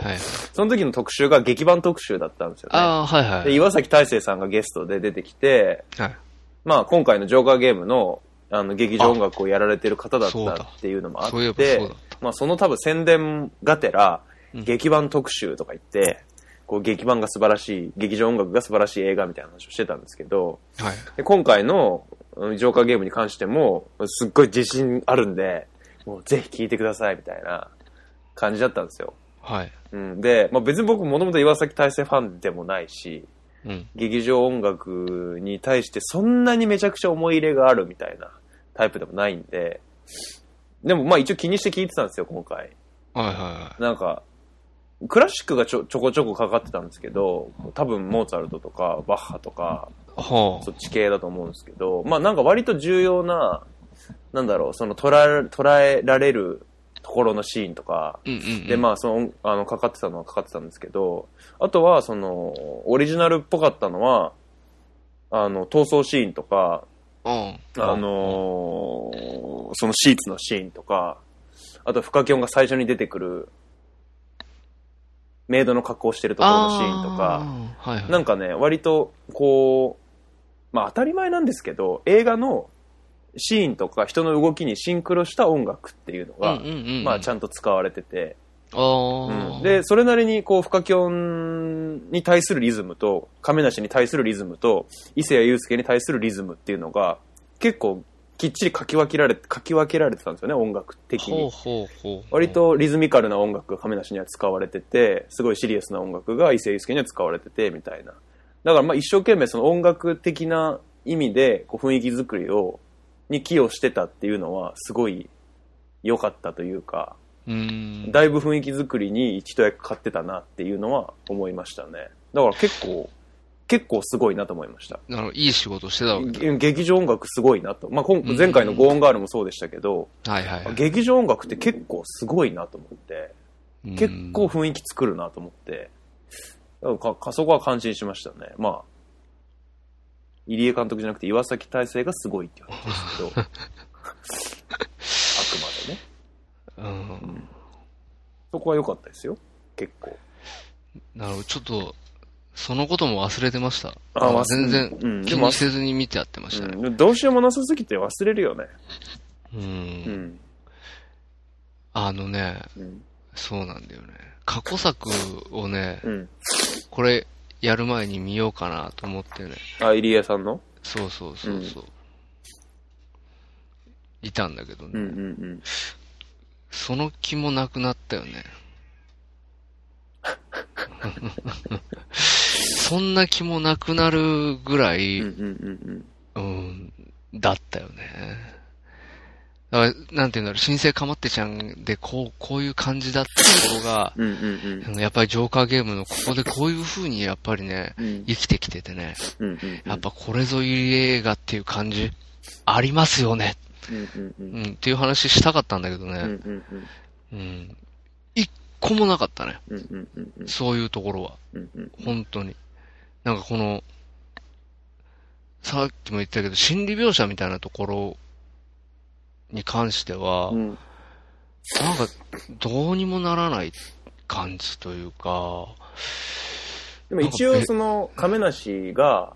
Speaker 2: その時の特集が劇版特集だったんですよね。
Speaker 3: ああ、はいは
Speaker 2: で
Speaker 3: い。
Speaker 2: 岩崎大成さんがゲストで出てきて、
Speaker 3: はい。
Speaker 2: まあ、今回のジョーカーゲームのあの劇場音楽をやられてる方だったっていうのもあ
Speaker 3: そうだ
Speaker 2: っ
Speaker 3: そういえば
Speaker 2: て
Speaker 3: そうだっ、
Speaker 2: まあ、その多分宣伝がてら、
Speaker 3: うん
Speaker 2: 劇版特集とか言って、こう劇版が素晴らしい、劇場音楽が素晴らしい映画みたいな話をしてたんですけど、
Speaker 3: はい。
Speaker 2: で今回のうんジョーカーゲームに関しても、すっごい自信あるんで、もうぜひ聴いてくださいみたいな感じだったんですよ。
Speaker 3: はい。
Speaker 2: うん、で、まあ、別に僕もともと岩崎大成ファンでもないし、
Speaker 3: うん。
Speaker 2: 劇場音楽に対してそんなにめちゃくちゃ思い入れがあるみたいなタイプでもないんで、でもまあ一応気にして聞いてたんですよ、今回。
Speaker 3: はいはいは
Speaker 2: なんか、クラシックがちょちょこちょこかかってたんですけど、多分モーツァルトとかバッハとか、
Speaker 3: い。は
Speaker 2: そっち系だと思うんですけど、まあなんか割と重要な、なんだろう、その捉え捉えられるところのシーンとか、
Speaker 3: あ。うんうんうん。
Speaker 2: で、まあ、その、あの、かかってたのはかかってたんですけど、あとは、その、オリジナルっぽかったのは、あの、逃走シーンとか、
Speaker 3: うん。
Speaker 2: あのーそのシーツのシーンとか、あと、フカキョンが最初に出てくる、メイドの格好をしてるところのシーンとか、
Speaker 3: あー。はいはい。
Speaker 2: なんかね、割と、こう、まあ、当たり前なんですけど、映画のシーンとか人の動きにシンクロした音楽っていうのが、
Speaker 3: うんうんうん、
Speaker 2: まあ、ちゃ
Speaker 3: ん
Speaker 2: んと使われてて、
Speaker 3: とああ、
Speaker 2: で、それなりに、こう、深き音に対するリズムと、亀梨に対するリズムと、伊勢谷友介に対するリズムっていうのが、結構、きっちり書き分けられて、書き分けられてたんですよね、音楽的
Speaker 3: ほう
Speaker 2: に。
Speaker 3: ほうほう。
Speaker 2: 割、とリズミカルな音楽が亀梨には使われてて、すごいシリアスな音楽が伊勢谷友介には使われてて、みたいな。だから、まあ、一生懸命その音楽的な意味で、こう、雰囲気作りを、に寄与してたっていうのは、すごい良かったというか、
Speaker 3: うーん。
Speaker 2: だいぶ雰囲気作りに一役買ってたなっていうのは思いましたね。だから結構、結構すごいなと思いました。
Speaker 3: なるほどいい仕事してたわけ
Speaker 2: げ劇場音楽すごいなと。まあ、今
Speaker 3: うん
Speaker 2: 前回のゴーンガールもそうでしたけど、
Speaker 3: だ。はいはいはい。
Speaker 2: 劇場音楽って結構すごいなと思って、
Speaker 3: うん
Speaker 2: 結構、雰囲気作るなと思って、だからかかそこは感心しましたね。まあ、入江監督じゃなくて岩崎大成がすごいっていう話ですけど、あくまでね。
Speaker 3: うん。
Speaker 2: そこは良かったですよ。結構。
Speaker 3: なるほど。ちょっと、そのことも忘れてました。
Speaker 2: あ忘れ
Speaker 3: 全然
Speaker 2: うん
Speaker 3: 気
Speaker 2: でも
Speaker 3: にせずに見てやってましたね。
Speaker 2: うん、どうしようもなさすぎて忘れるよね。
Speaker 3: うん。
Speaker 2: うん。
Speaker 3: あのね、
Speaker 2: うん。
Speaker 3: そうなんだよね。過去作をね、
Speaker 2: うん。
Speaker 3: これやる前に見ようかなと思ってね。
Speaker 2: あ、入江さんの
Speaker 3: そうそうそうそう。いたんだけどね、
Speaker 2: うんうん
Speaker 3: その気もなくなった よね。そんな気もなくなるぐら
Speaker 2: う
Speaker 3: い、
Speaker 2: ん。うんうん
Speaker 3: うん、だったよね。だから、なんていうんだろう、新生かまってちゃんで、こう、こういう感じだったところが、
Speaker 2: うん。うんうん
Speaker 3: やっぱりジョーカーゲームのここでこういう風にやっぱりね、
Speaker 2: うん。
Speaker 3: 生きてきててね、
Speaker 2: うん
Speaker 3: やっぱこれぞいい映画っていう感じ、ありますよね、
Speaker 2: うんうんう。
Speaker 3: うんん、っていう話したかったんだけど
Speaker 2: うん
Speaker 3: ね、
Speaker 2: うんうん。
Speaker 3: うん。一個もなかったね、
Speaker 2: うんうんうんうん。
Speaker 3: そういうところは。
Speaker 2: うんうん
Speaker 3: 本当に。なんかこの、さっきも言ったけど、心理描写みたいなところに関しては、
Speaker 2: うん。
Speaker 3: なんかどうにもならない感じというか、
Speaker 2: でも一応その、亀梨が、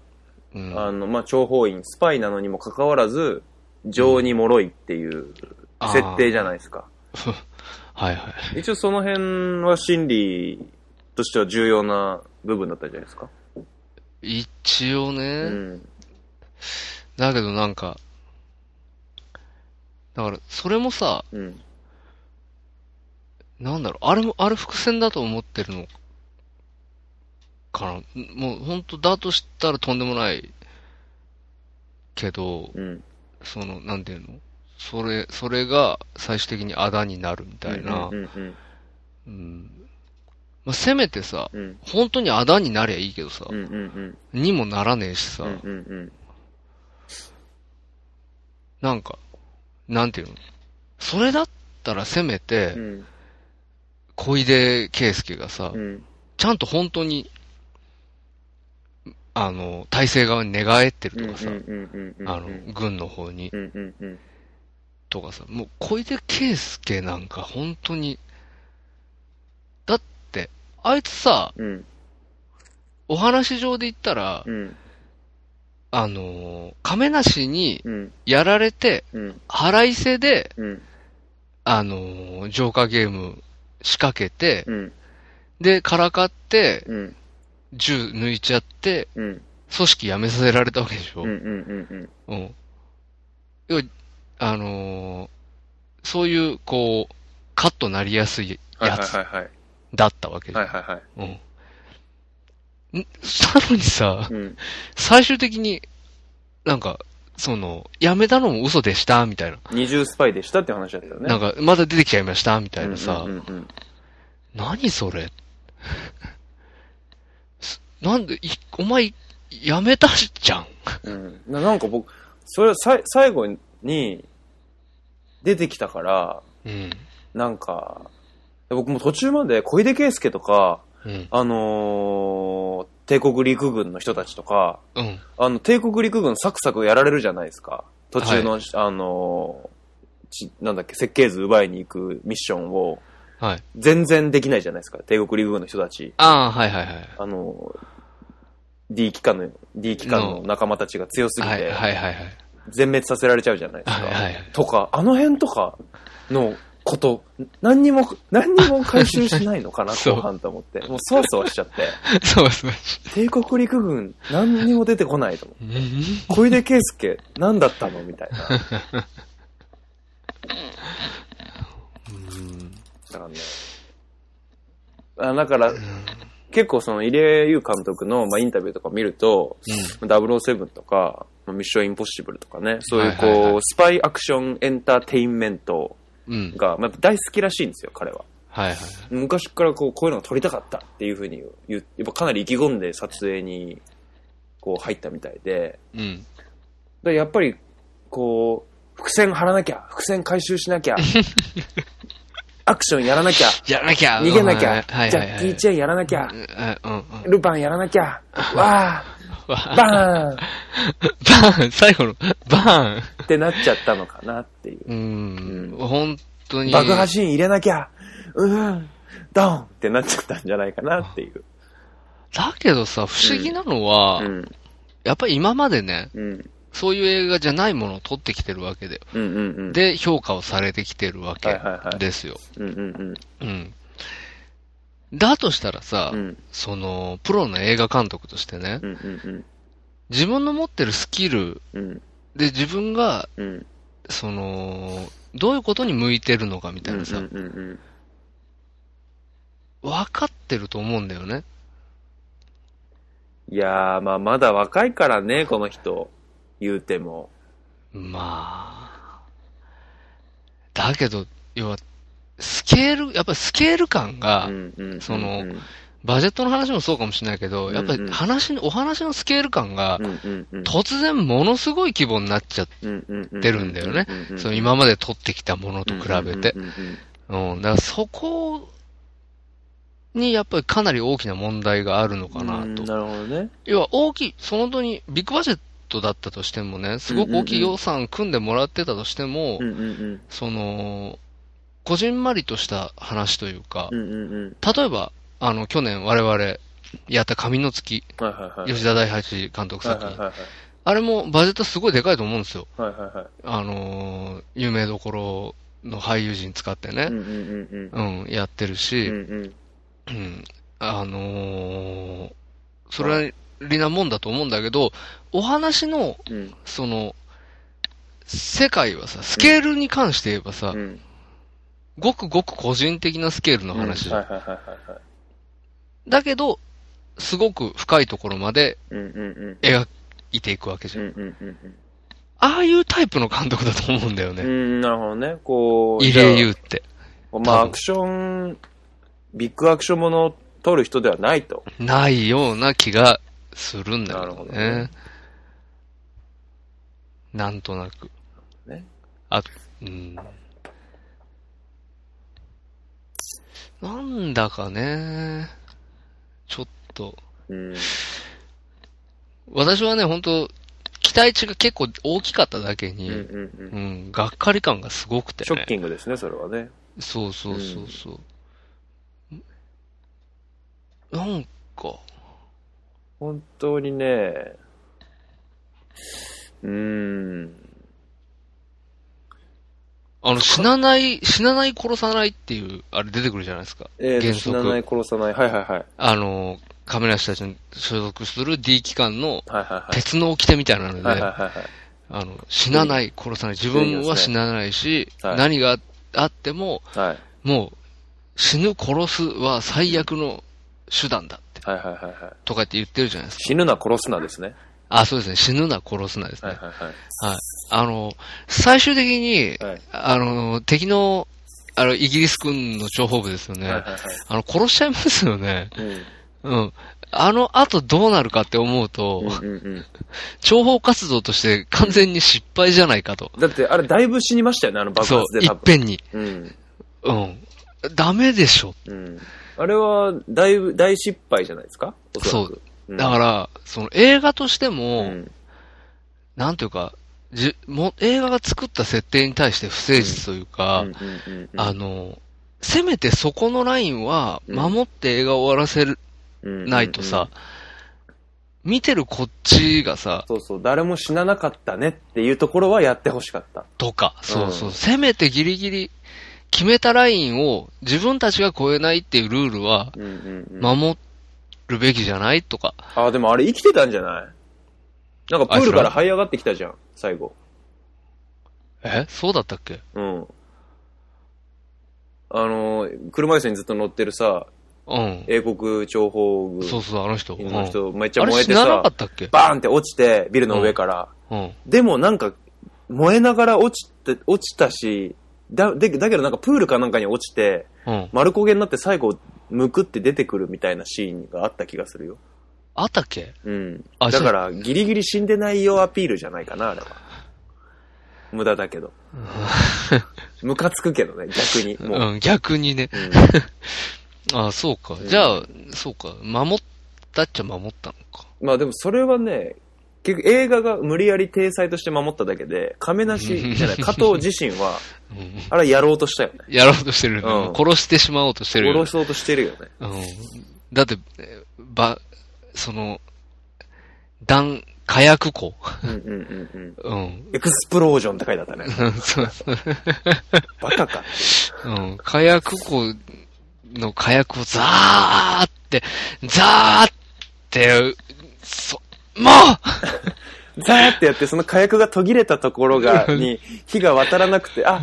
Speaker 3: うん、
Speaker 2: あの、まあ、諜報員、スパイなのにもかかわらず、情に脆いっていう設定じゃないですか。
Speaker 3: はいはい。
Speaker 2: 一応その辺は心理としては重要な部分だったじゃないですか。
Speaker 3: 一応ね、
Speaker 2: うん。
Speaker 3: だけどなんか、だからそれもさ、
Speaker 2: うん。
Speaker 3: なんだろう、あれも、あれ伏線だと思ってるのかな。んもう本当だとしたらとんでもないけど、
Speaker 2: うん。
Speaker 3: その、なんていうのそれ、それが最終的にあだになるみたいな
Speaker 2: う。んうん
Speaker 3: うん。まあ、せめてさ、
Speaker 2: うん。
Speaker 3: 本当にあだになりゃいいけどさ
Speaker 2: う、んうんうん。
Speaker 3: にもならねえしさ、
Speaker 2: うんうんうん
Speaker 3: なんか、なんていうのそれだったらせめて
Speaker 2: う、ん
Speaker 3: 小出圭介がさ
Speaker 2: う、ん
Speaker 3: ちゃんと本当に、あの、体制側に寝返ってる
Speaker 2: うん
Speaker 3: とかさ、
Speaker 2: うんうん
Speaker 3: あの、軍の方に
Speaker 2: う、んうんうん
Speaker 3: とかさ、もう小出圭介なんか本当に、だって、あいつさ、
Speaker 2: うん
Speaker 3: お話上で言ったら、
Speaker 2: うん
Speaker 3: あのー、亀梨に
Speaker 2: うん
Speaker 3: やられて、
Speaker 2: うん
Speaker 3: 腹いせで、
Speaker 2: うん
Speaker 3: あのー、浄化ゲーム仕掛けて、
Speaker 2: うん
Speaker 3: で、からかって、
Speaker 2: うん
Speaker 3: 銃抜いちゃって、
Speaker 2: うんうん
Speaker 3: 組織辞めさせられたわけでしょ。
Speaker 2: うんうんうん
Speaker 3: うん。要は、あのーそういう、こう、カットなりやすい
Speaker 2: はい
Speaker 3: や
Speaker 2: はい
Speaker 3: つ
Speaker 2: はいはい
Speaker 3: だったわけじゃ
Speaker 2: はい
Speaker 3: ん。
Speaker 2: はいはい。
Speaker 3: うん。んなのにさ、
Speaker 2: うん。
Speaker 3: 最終的に、なんか、その、やめたのも嘘でした、みたいな。
Speaker 2: 二重スパイでしたって話だったよね。
Speaker 3: なん
Speaker 2: か、
Speaker 3: か、まだ出てきちゃいました、みたいなさ、
Speaker 2: うんうんうん
Speaker 3: 何それすなんで、いお前、やめたじゃん。
Speaker 2: うんななんか僕、それさい最後に出てきたから、
Speaker 3: うん。
Speaker 2: なんか、僕も途中まで小出圭介とか、
Speaker 3: うん。
Speaker 2: あのー帝国陸軍の人たちとか、
Speaker 3: うん。
Speaker 2: あの、帝国陸軍サクサクやられるじゃないですか。途中の、あのーちなんだっけ、設計図奪いに行くミッションを、
Speaker 3: はい。
Speaker 2: 全然できないじゃないですか。帝国陸軍の人たち。
Speaker 3: ああ、はいはいはい。
Speaker 2: あのー D 機関の、D 機関の仲間たちが強すぎ
Speaker 3: はい
Speaker 2: て、
Speaker 3: はいはいはい。
Speaker 2: 全滅させられちゃうじゃないですか。
Speaker 3: はいはいはい
Speaker 2: とか、あの辺とかのこと、何にも、何にも回収しないのかな、
Speaker 3: そう
Speaker 2: 後半と思って。もうそわそわしちゃって。
Speaker 3: そうそう。
Speaker 2: 帝国陸軍、何にも出てこないと思って。
Speaker 3: うん
Speaker 2: 小出圭介、何だったのみたいな。だからね。あだから、結構その入江優監督の、まあ、インタビューとか見ると、007とか、まあミッションインポッシブルとかね、そういうこう、
Speaker 3: はいはいはい
Speaker 2: スパイアクションエンターテインメント
Speaker 3: うん。
Speaker 2: が、まあ、やっぱ大好きらしいんですよ、彼は。
Speaker 3: はいはい。
Speaker 2: 昔からこうこういうのが撮りたかったっていうふうに言う、やっぱかなり意気込んで撮影にこう入ったみたいで、
Speaker 3: うん。
Speaker 2: でやっぱりこう、伏線張らなきゃ、伏線回収しな きゃ、アクションやらなきゃ、
Speaker 3: やらなきゃ
Speaker 2: 逃げなきゃ、
Speaker 3: はい
Speaker 2: ジ
Speaker 3: は
Speaker 2: ャ
Speaker 3: い
Speaker 2: ッ
Speaker 3: は
Speaker 2: キ
Speaker 3: い。
Speaker 2: ー・チェンやらなきゃ、
Speaker 3: うんうんうん。
Speaker 2: ルパンやらなき ゃ、わ
Speaker 3: バ
Speaker 2: ー、バー
Speaker 3: ーン
Speaker 2: ン
Speaker 3: バーン最後の、バー
Speaker 2: ってなっちゃったのかなっていう。
Speaker 3: ンうん。
Speaker 2: う
Speaker 3: 本当に。
Speaker 2: 爆破シーン入れなきゃ、うーん、ドンってなっちゃったんじゃないかなっていう。
Speaker 3: だけどさ、不思議なのは、
Speaker 2: うん、
Speaker 3: やっぱり今までね、
Speaker 2: うん、
Speaker 3: そういう映画じゃないものを撮ってきてるわけで、
Speaker 2: うん、うん、うん。
Speaker 3: で、評価をされてきてるわ
Speaker 2: は
Speaker 3: け
Speaker 2: いはいはい
Speaker 3: ですよ。
Speaker 2: うん、うん、
Speaker 3: うん。だとしたらさ、
Speaker 2: うん、うん、
Speaker 3: その、プロの映画監督としてね、
Speaker 2: うん、うん、
Speaker 3: 自分の持ってるスキル
Speaker 2: うん、
Speaker 3: で自分が、
Speaker 2: うん、うん、
Speaker 3: その、どういうことに向いてるのかみたいなさ、
Speaker 2: うん、うん、
Speaker 3: 分かってると思うんだよね。
Speaker 2: いやー、まあ、まだ若いからね、この人。言うても。
Speaker 3: まあ。だけど、要は、スケール、やっぱりスケール感が、
Speaker 2: うん、うん。
Speaker 3: その
Speaker 2: うん、
Speaker 3: バジェットの話もそうかもしれないけど、やっぱ
Speaker 2: うんう
Speaker 3: り
Speaker 2: ん
Speaker 3: 話の、お話のスケール感が、
Speaker 2: うん、うん、うん。
Speaker 3: 突然ものすごい規模になっちゃって、
Speaker 2: っ
Speaker 3: 出るんだよね。その今まで撮ってきたものと比べて
Speaker 2: う。んうんうん
Speaker 3: うん、だからそこにやっぱりかなり大きな問題があるのか
Speaker 2: う
Speaker 3: なんと。
Speaker 2: なるほどね。
Speaker 3: 要は大きい、その本当にビッグバジェットだったとしてもね、すごく大きい予算組んでもらってたとしても、
Speaker 2: うん、うん、
Speaker 3: その、こじんまりとした話というか
Speaker 2: うん。う、ん、うん、うん。
Speaker 3: 例えば、あの、去年我々やった神の月、
Speaker 2: はい、はい、はい。
Speaker 3: 吉田大八監督
Speaker 2: はい、
Speaker 3: 作
Speaker 2: はい、
Speaker 3: 品。
Speaker 2: はい。
Speaker 3: あれもバジェットすごいでかいと思うんですよ。
Speaker 2: はい、はい、は
Speaker 3: あのー有名どころの俳優陣使って
Speaker 2: い。う
Speaker 3: ね、
Speaker 2: ん、うん、うん、うん。
Speaker 3: うん、やってる
Speaker 2: う
Speaker 3: し、
Speaker 2: んうん
Speaker 3: うん、あのーそれりなもんだと思うんだけど、お話の、
Speaker 2: うん
Speaker 3: その、世界はさ、スケールに関して言えばさ
Speaker 2: う、ん
Speaker 3: ごくごく個人的なスケールの話じゃん
Speaker 2: はいはいはいはいはい
Speaker 3: だけど、すごく深いところまで
Speaker 2: うんうんうん
Speaker 3: 描いていくわけじ
Speaker 2: う
Speaker 3: ゃん。
Speaker 2: んうんうんうん
Speaker 3: ああいうタイプの監督だと思うんだよ
Speaker 2: う
Speaker 3: ね。
Speaker 2: んなるほどねこう
Speaker 3: 入江優って。
Speaker 2: じゃあまあアクションビッグアクションものを撮る人ではないと
Speaker 3: ないような気がするんだけ
Speaker 2: なる
Speaker 3: ど
Speaker 2: ほど
Speaker 3: ね
Speaker 2: ね。
Speaker 3: なんとなく。
Speaker 2: ね
Speaker 3: あ、うん。なんだかね、ちょっと、
Speaker 2: うん
Speaker 3: 私はね、本当期待値が結構大きかっただけ
Speaker 2: うん
Speaker 3: に、
Speaker 2: う
Speaker 3: うん、
Speaker 2: んうん
Speaker 3: がっかり感がすごくてね。
Speaker 2: ショッキングですねそれはね
Speaker 3: そうそうそうそう。なんか、
Speaker 2: 本当にねうん
Speaker 3: あの、死なない、死なない殺さないっていう、あれ出てくるじゃないですか。
Speaker 2: えー
Speaker 3: 原
Speaker 2: と
Speaker 3: 則
Speaker 2: 死なない殺さないはいはいはい
Speaker 3: あの、亀梨たちに所属する D 機関の
Speaker 2: はいはい
Speaker 3: 鉄の掟みたいなので、
Speaker 2: はいはいはいはいはい
Speaker 3: あの、死なない、殺さない、自分は死なないし、
Speaker 2: はい
Speaker 3: 何があっても、
Speaker 2: はい
Speaker 3: もう、死ぬ殺すは最悪の手段だって、
Speaker 2: はいはいはいはい。
Speaker 3: とかって言ってるじゃないですか。
Speaker 2: 死ぬな殺すなですね。
Speaker 3: あ、そうですね。死ぬな、殺すなですね。
Speaker 2: は
Speaker 3: はいい。
Speaker 2: はいはい。
Speaker 3: あの、最終的に、
Speaker 2: はい
Speaker 3: あの、敵の、あの、イギリス軍の諜報部ですよね。
Speaker 2: はいはいは
Speaker 3: あの、殺しちゃいますよね。
Speaker 2: い。うん
Speaker 3: うん。あの後どうなるかって思うと、
Speaker 2: うんうんうん
Speaker 3: 諜報活動として完全に失敗じゃないかと。
Speaker 2: だって、あれ、だいぶ死にましたよね、あの爆
Speaker 3: そう
Speaker 2: 発、で
Speaker 3: い
Speaker 2: 多
Speaker 3: っ
Speaker 2: 分。
Speaker 3: ぺんに。
Speaker 2: うん。
Speaker 3: うん。ダメでしょ。
Speaker 2: うん。あれは、だいぶ、大失敗じゃないですかおそらく。ん
Speaker 3: だから、その映画として
Speaker 2: う
Speaker 3: も、
Speaker 2: ん
Speaker 3: なんというか、じも映画が作った設定に対して不誠実というか、
Speaker 2: うんうんうんうん
Speaker 3: あの、せめてそこのラインは守って映画を終わらせないとさ、見てるこっちがさ、
Speaker 2: そうそう、誰も死ななかったねっていうところはやってほしかった。
Speaker 3: とか、そうそう、
Speaker 2: うん
Speaker 3: せめてギリギリ決めたラインを自分たちが超えないっていうルールは
Speaker 2: うんうんうん
Speaker 3: 守るべきじゃないとか、
Speaker 2: あ、でもあれ生きてたんじゃないなんかプールから這い上がってきたじゃん、最後。
Speaker 3: えそうだったっけ
Speaker 2: うん。あの、車椅子にずっと乗ってるさ、
Speaker 3: うん。
Speaker 2: 英国諜報軍
Speaker 3: そうそう、あの人。
Speaker 2: の
Speaker 3: うん
Speaker 2: 人、めっちゃ
Speaker 3: あれ
Speaker 2: 燃え
Speaker 3: 死
Speaker 2: て
Speaker 3: なな
Speaker 2: さ
Speaker 3: か、ったっけ
Speaker 2: バーンって落ちて、ビルの上から。
Speaker 3: うん。
Speaker 2: でもなんか、燃えながら落ちて、落ちたし、だ、で、だけどなんかプールかなんかに落ちて、
Speaker 3: うん。
Speaker 2: 丸焦げになって最後、むくって出てくるみたいなシーンがあった気がするよ。
Speaker 3: あったっけ
Speaker 2: うん。
Speaker 3: あ
Speaker 2: だから、ギリギリ死んでないよアピールじゃないかな、あれは。無駄だけど。ムカつくけどね、逆に。もう。
Speaker 3: うん、逆にね。
Speaker 2: うん
Speaker 3: あそうか。
Speaker 2: ん
Speaker 3: じゃあ、そうか。守ったっちゃ守ったのか。
Speaker 2: まあでもそれはね、結局映画が無理やり体裁として守っただけで、亀梨じ ゃない、加藤自身は、
Speaker 3: うん。
Speaker 2: あれやろうとしたよね。
Speaker 3: やろうとしてるよね、
Speaker 2: うん
Speaker 3: 殺してしまおうとしてるよね
Speaker 2: 殺そうとしてるよね。
Speaker 3: うん。だって、えば、その、弾、火薬庫。
Speaker 2: うんうんうんうん。
Speaker 3: うん。
Speaker 2: エクスプロージョンって書いてあったね。
Speaker 3: そうそう
Speaker 2: バカか。
Speaker 3: うん。火薬庫の火薬をザーって、ザーって、そ、も
Speaker 2: ザーってやって、その火薬が途切れたところが、に 火が渡らなくて、あ、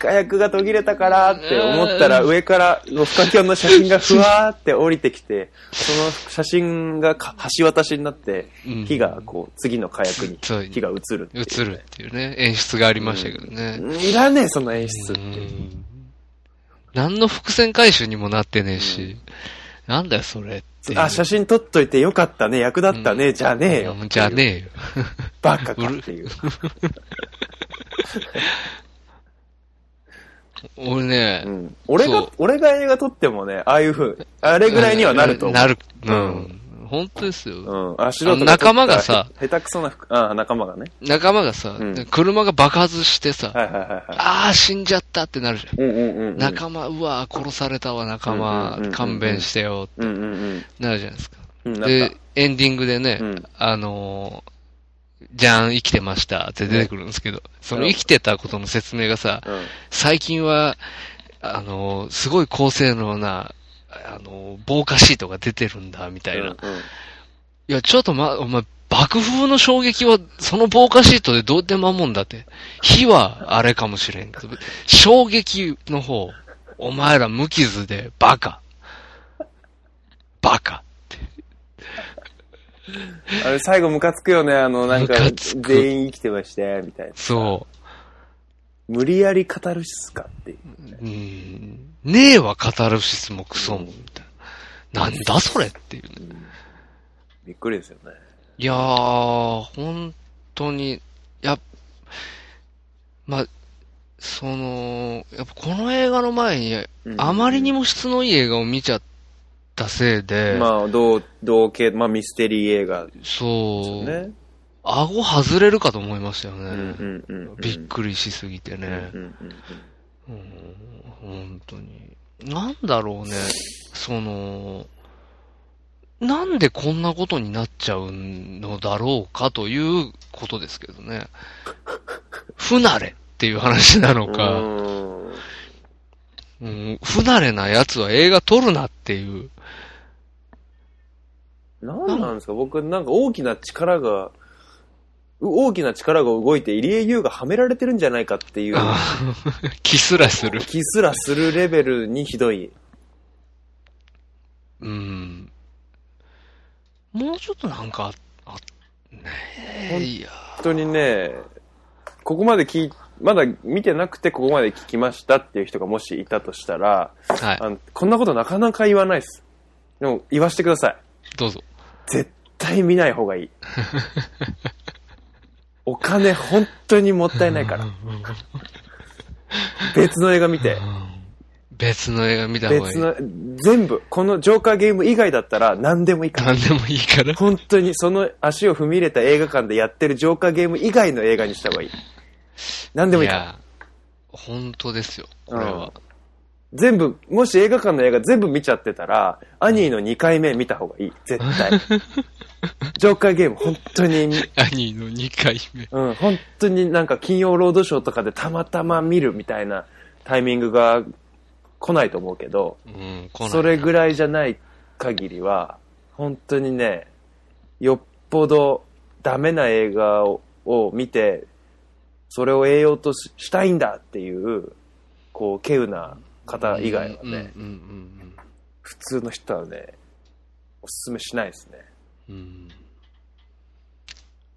Speaker 2: 火薬が途切れたからって思ったら、上からのフカキョンの写真がふわーって降りてきて、その写真がか橋渡しになって、
Speaker 3: うん
Speaker 2: 火がこう、次の火薬に
Speaker 3: そう
Speaker 2: 火が移るってい
Speaker 3: う
Speaker 2: う
Speaker 3: 映るっていうね、演出がありましたけどね。
Speaker 2: いらねえ、その演
Speaker 3: う
Speaker 2: 出って。
Speaker 3: ん。何の伏線回収にもなってねえし、なんだよそれっていう。
Speaker 2: あ、写真撮っといてよかったね、役立ったね、じゃねえよ。
Speaker 3: うんじゃねえよ。
Speaker 2: バカかっていう。
Speaker 3: 俺ね、
Speaker 2: うん俺
Speaker 3: そ
Speaker 2: が
Speaker 3: う、
Speaker 2: 俺が映画撮ってもね、ああいう風、あれぐらいにはなると思う。
Speaker 3: なる。うん。
Speaker 2: う
Speaker 3: 本当ですよ。
Speaker 2: うん。あ、素人撮った
Speaker 3: 仲間がさ
Speaker 2: へ下手くそな服、あ仲間がね。
Speaker 3: 仲間がさ、
Speaker 2: うん
Speaker 3: 車が爆発してさ、
Speaker 2: はいはいはいは
Speaker 3: ああ、死んじゃったってなるじゃん。
Speaker 2: い。うんうんうんうん。
Speaker 3: 仲間、うわー殺されたわ、仲
Speaker 2: うんうん
Speaker 3: 間
Speaker 2: うんうんう、ん
Speaker 3: 勘弁してよ、
Speaker 2: うんうんうん。
Speaker 3: なるじゃないですか。
Speaker 2: うん、なっ
Speaker 3: で、エンディングでね、
Speaker 2: うん
Speaker 3: あのーじゃん、生きてましたって出てくるんですけど、その生きてたことの説明がさ、
Speaker 2: た。うん。
Speaker 3: 最近は、あのーすごい高性能な、あのー防火シートが出てるんだ、みたいな。
Speaker 2: うんうん
Speaker 3: いや、ちょっとま、お前、爆風の衝撃は、その防火シートでどうやって守んだって。火は、あれかもしれんけど。衝撃の方、お前ら無傷で、バカ。バカ。
Speaker 2: あれ、最後ムカつくよね、あの、なんか
Speaker 3: ムカ、つく
Speaker 2: 全員生きてまして、みたいな。
Speaker 3: そ
Speaker 2: 無理やり語るしすかっていう。
Speaker 3: う。うん。ねえはカタルシスもクソも、みたいな。なんだそれっていうね。
Speaker 2: びっくりですよね。
Speaker 3: いやー、本当に、いや、まあ、その、やっぱこの映画の前に、
Speaker 2: うん
Speaker 3: あまりにも質のいい映画を見ちゃったせいで、
Speaker 2: まあ、同、同系、まあ、ミステリー映画です
Speaker 3: そ
Speaker 2: よ
Speaker 3: う、
Speaker 2: ね。
Speaker 3: 顎外れるかと思いましたよね。
Speaker 2: うんうんうんうん。
Speaker 3: びっくりしすぎてね
Speaker 2: う。んうん
Speaker 3: うん本当に。なんだろうね、その、なんでこんなことになっちゃうのだろうかということですけ どね。不慣れっていう話な
Speaker 2: う
Speaker 3: の
Speaker 2: ん。
Speaker 3: か、
Speaker 2: うーん
Speaker 3: うん不慣れな奴は映画撮るなっていう。
Speaker 2: なんなんですか僕、なんか大きな力が、う大きな力が動いて、入江優がはめられ てるんじゃないかっていう
Speaker 3: あー気すらする。
Speaker 2: 気すらするレベルにひどい
Speaker 3: うん。もうちょっとなんか、あ、ね
Speaker 2: ほん
Speaker 3: え、いや。
Speaker 2: 本当にね、ここまで聞い、まだ見てなくてここまで聞きましたっていう人がもしいたとしたら、
Speaker 3: はい。
Speaker 2: あのこんなことなかなか言わないです。でも言わせてください。
Speaker 3: どうぞ。
Speaker 2: 絶対見ない方がい い。お金本当にもったいないから。別の映画見て。
Speaker 3: 別の映画見た方がい
Speaker 2: 別
Speaker 3: い。
Speaker 2: の、全部、このジョーカーゲーム以外だったら何でもいいから。
Speaker 3: 何でもいいから。
Speaker 2: 本当にその足を踏み入れた映画館でやってるジョーカーゲーム以外の映画にした方がいい。何でもいい
Speaker 3: い
Speaker 2: から。
Speaker 3: や、本当ですよ、これは。
Speaker 2: 全部、もし映画館の映画全部見ちゃってたら、アニーの2回目見た方がいい。絶 対。ジョーカーゲーム本当に
Speaker 3: 兄の2回目。
Speaker 2: うん、本当になんか金曜ロードショーとかでたまたま見るみたいなタイミングが来ないと思うけど、
Speaker 3: うん、来ない。
Speaker 2: それぐらいじゃない限りは、本当にね、よっぽどダメな映画をを見て、それを栄養とししたいんだっていう、こう、稀有な方以外はね、
Speaker 3: うんうん
Speaker 2: 普通の人はね、おすすめしないですね。
Speaker 3: うんうんうん。